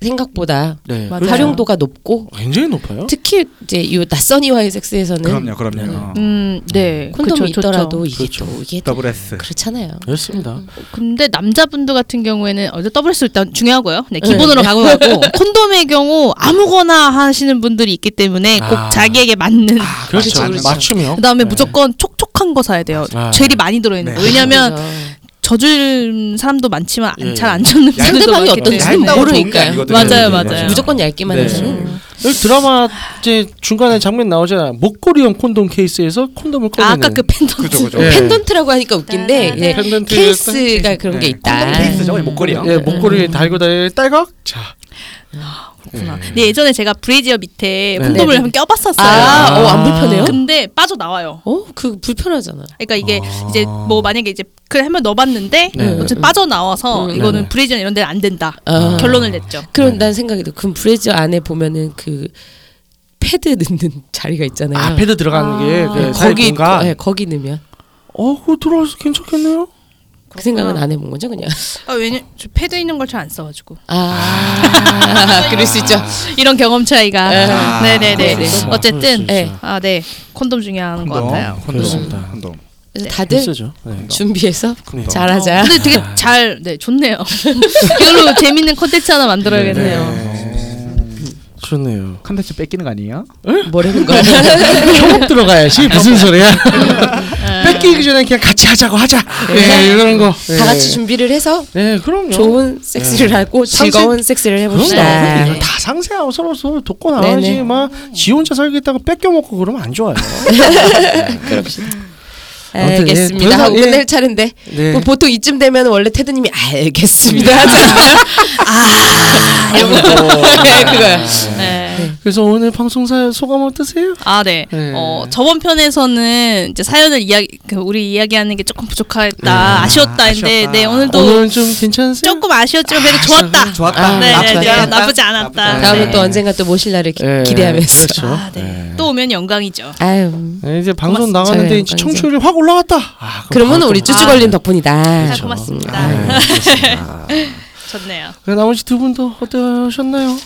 Speaker 1: 생각보다
Speaker 3: 네,
Speaker 4: 맞아요.
Speaker 3: 그렇죠.
Speaker 1: 활용도가 높고
Speaker 3: 굉장히 높아요.
Speaker 1: 특히 이제 이 낯선 이와의 섹스에서는
Speaker 2: 그럼요, 어. 그럼요.
Speaker 4: 음, 네.
Speaker 1: 콘돔이
Speaker 4: 그쵸, 좋죠.
Speaker 1: 있더라도 이게 또 이게 또
Speaker 2: 더블 S.
Speaker 1: 그렇잖아요.
Speaker 3: 그렇습니다.
Speaker 4: 근데 남자분들 같은 경우에는 어제 더블 S 일단 중요하고요. 네, 기본으로 가고 <laughs> 가고 콘돔의 경우 아무거나 하시는 분들이 있기 때문에 꼭
Speaker 3: 아.
Speaker 4: 자기에게 맞는
Speaker 3: 그렇죠.
Speaker 2: 맞죠, 맞죠.
Speaker 3: 맞춤형. 네.
Speaker 4: 그다음에 무조건 촉촉한 거 사야 돼요.
Speaker 3: 아.
Speaker 4: 젤이 많이 들어있는 거.
Speaker 2: 네.
Speaker 4: 왜냐하면
Speaker 1: 그래서
Speaker 4: 젖을 사람도 많지만
Speaker 3: 예.
Speaker 4: 잘안 젖는 분들도
Speaker 1: 상대방이
Speaker 4: 많기 때문에.
Speaker 1: 어떤지는
Speaker 2: 얇다고 좋은 게
Speaker 1: 모르니까요.
Speaker 2: 아니거든요. 네,
Speaker 4: 맞아요, 맞아요.
Speaker 1: 무조건 얇기만
Speaker 2: 네.
Speaker 1: 해서는
Speaker 3: 여기 드라마 이제 중간에 장면 나오잖아. 목걸이형 콘돔 케이스에서 콘돔을 꺼내는.
Speaker 4: 아, 아까 그 팬던트.
Speaker 2: 그죠, 그죠.
Speaker 3: 예.
Speaker 1: 팬던트라고 하니까 웃긴데
Speaker 3: 네.
Speaker 1: 이제
Speaker 3: 팬던트가
Speaker 1: 케이스가 그런 게
Speaker 2: 네. 콘돔
Speaker 1: 있다.
Speaker 2: 케이스죠, 이 목걸이요.
Speaker 4: 네.
Speaker 3: 예,
Speaker 4: 음.
Speaker 3: 목걸이 달고 다니는 딸각. 자,
Speaker 4: 그렇구나. 근데 예전에 제가 브레이지어 밑에
Speaker 3: 네.
Speaker 4: 콘돔을
Speaker 1: 네.
Speaker 4: 한번 껴봤었어요.
Speaker 1: 아, 어, 안 불편해요?
Speaker 4: 근데 빠져 나와요.
Speaker 1: 어, 그 불편하잖아.
Speaker 4: 그러니까 이게
Speaker 3: 아.
Speaker 4: 이제 뭐 만약에 이제 그래 한번 넣어봤는데
Speaker 3: 네.
Speaker 4: 어쨌든 빠져 나와서
Speaker 1: 음.
Speaker 4: 이거는
Speaker 3: 네네.
Speaker 4: 브레이지어 이런 데는 안 된다.
Speaker 1: 아.
Speaker 4: 결론을 냈죠.
Speaker 1: 그럼 난 생각이 들. 그럼 브레이저 안에 보면은 그 패드 넣는 <laughs> 자리가
Speaker 4: 네.
Speaker 1: 있잖아요.
Speaker 3: 아 패드 들어가는 게
Speaker 1: 예,
Speaker 3: 그
Speaker 1: 거기
Speaker 3: 가
Speaker 1: 예, 거기 넣으면
Speaker 3: 어, 그거 들어와서 괜찮겠네요.
Speaker 1: 그 생각은 안 해본 거죠, 그냥.
Speaker 4: 아, 왜냐 저 패드 있는 걸 잘 안 써가지고
Speaker 1: 아, 그럴 수 있죠.
Speaker 4: 이런 경험 차이가
Speaker 2: 아.
Speaker 4: 네네네
Speaker 1: 그럴 수 있어.
Speaker 4: 어쨌든 예.
Speaker 3: 그럴 수 있어.
Speaker 4: 아네 콘돔 중요한 것 같아요.
Speaker 2: 콘돔.
Speaker 3: 그렇습니다.
Speaker 2: 콘돔.
Speaker 1: 그래서 다들
Speaker 3: 쓰죠.
Speaker 4: 음,
Speaker 3: 네.
Speaker 1: 준비해서
Speaker 3: 네.
Speaker 4: 어,
Speaker 1: 잘하자.
Speaker 5: 근데 되게 잘, 네,
Speaker 4: <laughs>
Speaker 5: 좋네요. 이걸로 재밌는 컨텐츠 하나 만들어야겠네요.
Speaker 3: 좋네요.
Speaker 6: 컨텐츠 뺏기는 거 아니에요?
Speaker 1: 뭐라는 거야?
Speaker 3: 협업
Speaker 4: <laughs>
Speaker 3: 들어가야지 무슨 소리야?
Speaker 4: 네.
Speaker 3: 뺏기기 전에 그냥 같이 하자고 하자. 예, 이런 거. 예.
Speaker 1: 다 같이 준비를 해서
Speaker 3: 네, 그럼요.
Speaker 1: 좋은 섹스를 하고
Speaker 3: 상세-
Speaker 1: 즐거운 섹스를
Speaker 3: 그럼요. 뭐
Speaker 1: 해봅시다. 네.
Speaker 3: 이거 다 상세하고 서로서 돕고
Speaker 1: 네네.
Speaker 3: 나와야지 막 지 혼자 살겠다고 뺏겨 먹고 그러면
Speaker 1: <laughs>
Speaker 3: 안 좋아요. 아무튼, 예,
Speaker 1: 네, 알겠습니다.
Speaker 3: 그래서,
Speaker 1: 하고
Speaker 3: 예. 음.
Speaker 1: 끝낼 차례인데
Speaker 3: 네.
Speaker 1: 뭐 보통 이쯤 되면 원래 테드님이 알겠습니다 하잖아요. 아
Speaker 2: 뭐.
Speaker 1: 이러고 <laughs> 네, 그거요.
Speaker 4: 네.
Speaker 3: 그래서 오늘 방송사 소감 어떠세요?
Speaker 4: 아, 네.
Speaker 3: 네.
Speaker 4: 어, 저번 편에서는 이제 사연을 이야기, 그 우리 이야기하는 게 조금 부족했다, 아쉬웠다 했는데,
Speaker 2: 아쉬웠다.
Speaker 4: 네, 오늘도
Speaker 3: 오늘 좀 괜찮으세요?
Speaker 4: 조금 아쉬웠지만 그래도 좋았다.
Speaker 2: 좋았다.
Speaker 1: 아,
Speaker 4: 네,
Speaker 1: 나쁘지
Speaker 4: 네, 네.
Speaker 1: 않았다.
Speaker 4: 나쁘지 않았다.
Speaker 1: 다음에
Speaker 4: 네.
Speaker 1: 또 언젠가 또 모실 날을 기,
Speaker 3: 예,
Speaker 1: 기대하면서.
Speaker 3: 그렇죠.
Speaker 4: 아, 네. 또 오면 영광이죠.
Speaker 1: 아유.
Speaker 3: 네, 이제 방송
Speaker 1: 고맙습니다.
Speaker 3: 나갔는데 이제
Speaker 1: 저요,
Speaker 3: 청취율이 확 올라갔다. 아, 그럼
Speaker 1: 그러면
Speaker 3: 바로
Speaker 1: 우리
Speaker 3: 또- 그렇죠.
Speaker 1: 쭈쭈 걸린 덕분이다.
Speaker 4: 자, 네, 고맙습니다.
Speaker 2: 네.
Speaker 4: <laughs> 좋네요.
Speaker 3: 그 나머지 두 분도 어떠셨나요?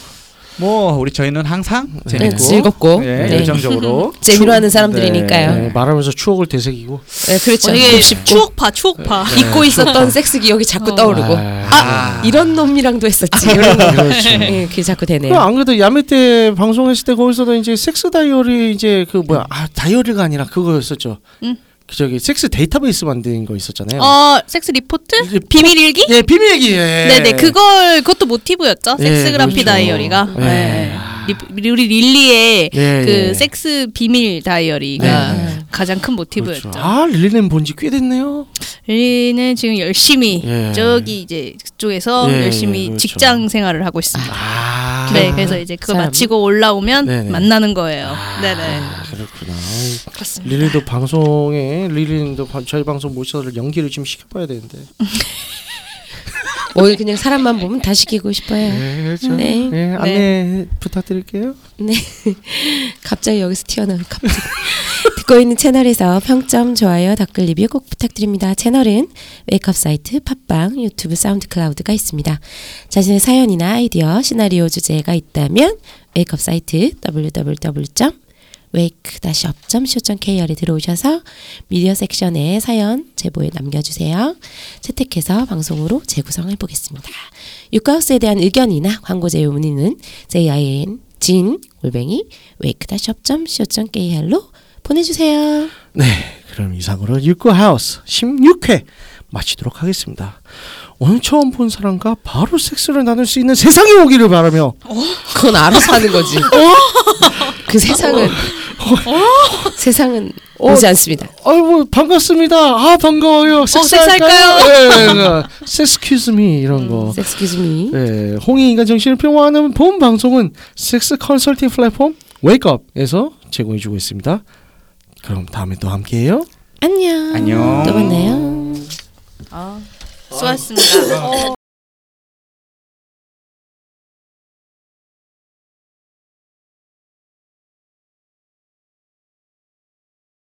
Speaker 2: 뭐 우리 저희는 항상
Speaker 1: 네,
Speaker 2: 재밌고
Speaker 1: 즐겁고.
Speaker 2: 예,
Speaker 1: 네.
Speaker 2: 열정적으로요.
Speaker 1: 재미로 하는 사람들이니까요.
Speaker 3: 네, 말하면서 추억을 되새기고
Speaker 1: 네, 그렇죠.
Speaker 4: 어, 되게 추억파, 추억파.
Speaker 1: 잊고 있었던 섹스 기억이
Speaker 4: 어.
Speaker 1: 자꾸 떠오르고.
Speaker 3: 네. 아,
Speaker 1: 아, 이런 놈이랑도 했었지. 이런 거.
Speaker 3: 그렇죠.
Speaker 1: 예, 그게 자꾸 되네요.
Speaker 3: 그럼 안 그래도 야매 때 방송했을 때 거기서도 이제 섹스 다이어리 이제 그 뭐야 아 다이어리가 아니라 그거였었죠.
Speaker 4: 응.
Speaker 3: 그 저기 섹스 데이터베이스 만든 거 있었잖아요.
Speaker 4: 어, 섹스 리포트? 비밀 일기?
Speaker 3: 예 비밀 얘기. 예.
Speaker 4: 네네 그걸 그것도 모티브였죠
Speaker 3: 예,
Speaker 4: 섹스 그래피
Speaker 3: 그렇죠.
Speaker 4: 다이어리가
Speaker 3: 예.
Speaker 4: 네. 리, 우리 릴리의
Speaker 3: 예,
Speaker 4: 그
Speaker 3: 예.
Speaker 4: 섹스 비밀 다이어리가
Speaker 3: 네.
Speaker 4: 가장 큰 모티브였죠
Speaker 3: 그렇죠. 아 릴리는 본지 꽤 됐네요.
Speaker 4: 릴리는 지금 열심히
Speaker 3: 예.
Speaker 4: 저기 이제 그쪽에서
Speaker 3: 예,
Speaker 4: 열심히
Speaker 3: 예, 그렇죠.
Speaker 4: 직장 생활을 하고 있습니다
Speaker 3: 아
Speaker 4: 네 그래서 이제 그거
Speaker 1: 사람.
Speaker 4: 마치고 올라오면
Speaker 3: 네네. 아.
Speaker 4: 만나는 거예요 네네
Speaker 3: 그렇구나.
Speaker 4: 그렇습니다
Speaker 3: 릴리도 방송에 릴리도 바- 저희 방송 모셔서 연기를 좀 시켜봐야 되는데.
Speaker 1: 오늘 그냥 사람만 보면 다 시키고 싶어요.
Speaker 3: 네 그렇죠.
Speaker 1: 네.
Speaker 3: 예, 안내 부탁드릴게요.
Speaker 1: 네. 갑자기 여기서 튀어나올 갑자기. <laughs> 듣고 있는 채널에서 평점, 좋아요, 댓글 리뷰 꼭 부탁드립니다. 채널은 웨이크업 사이트, 팟빵, 유튜브, 사운드 클라우드가 있습니다. 자신의 사연이나 아이디어, 시나리오 주제가 있다면 웨이크업 사이트 www. wake-up.co.kr에 들어오셔서 미디어 섹션에 사연, 제보에 남겨주세요. 채택해서 방송으로 재구성해 보겠습니다. 유카우스에 대한 의견이나 광고 제휴 문의는 JIN 진 골뱅이 wake-up.co.kr로 보내주세요.
Speaker 3: 네, 그럼 이상으로 육구하우스 16회 마치도록 하겠습니다. 오늘 처음 본 사람과 바로 섹스를 나눌 수 있는 세상이 오기를 바라며
Speaker 1: 어?
Speaker 3: 어?
Speaker 1: 그건 알아서 하는
Speaker 3: <laughs>
Speaker 1: 거지. 그 세상은 어? 세상은 오지 않습니다.
Speaker 3: 아이고 뭐, 반갑습니다. 아
Speaker 1: 어,
Speaker 3: 반가워요. 섹스할까요? 네, 섹스큐즈미 이런
Speaker 1: 음,
Speaker 3: 거.
Speaker 1: 섹스큐즈미.
Speaker 3: 네, 홍익인간 정신을 평화하는 본 방송은 섹스 컨설팅 플랫폼 웨이크업에서 제공해주고 있습니다. 그럼 다음에 또 함께해요.
Speaker 1: 안녕.
Speaker 2: 안녕.
Speaker 1: 또 만나요.
Speaker 4: 어,
Speaker 3: 어.
Speaker 4: 수고하셨습니다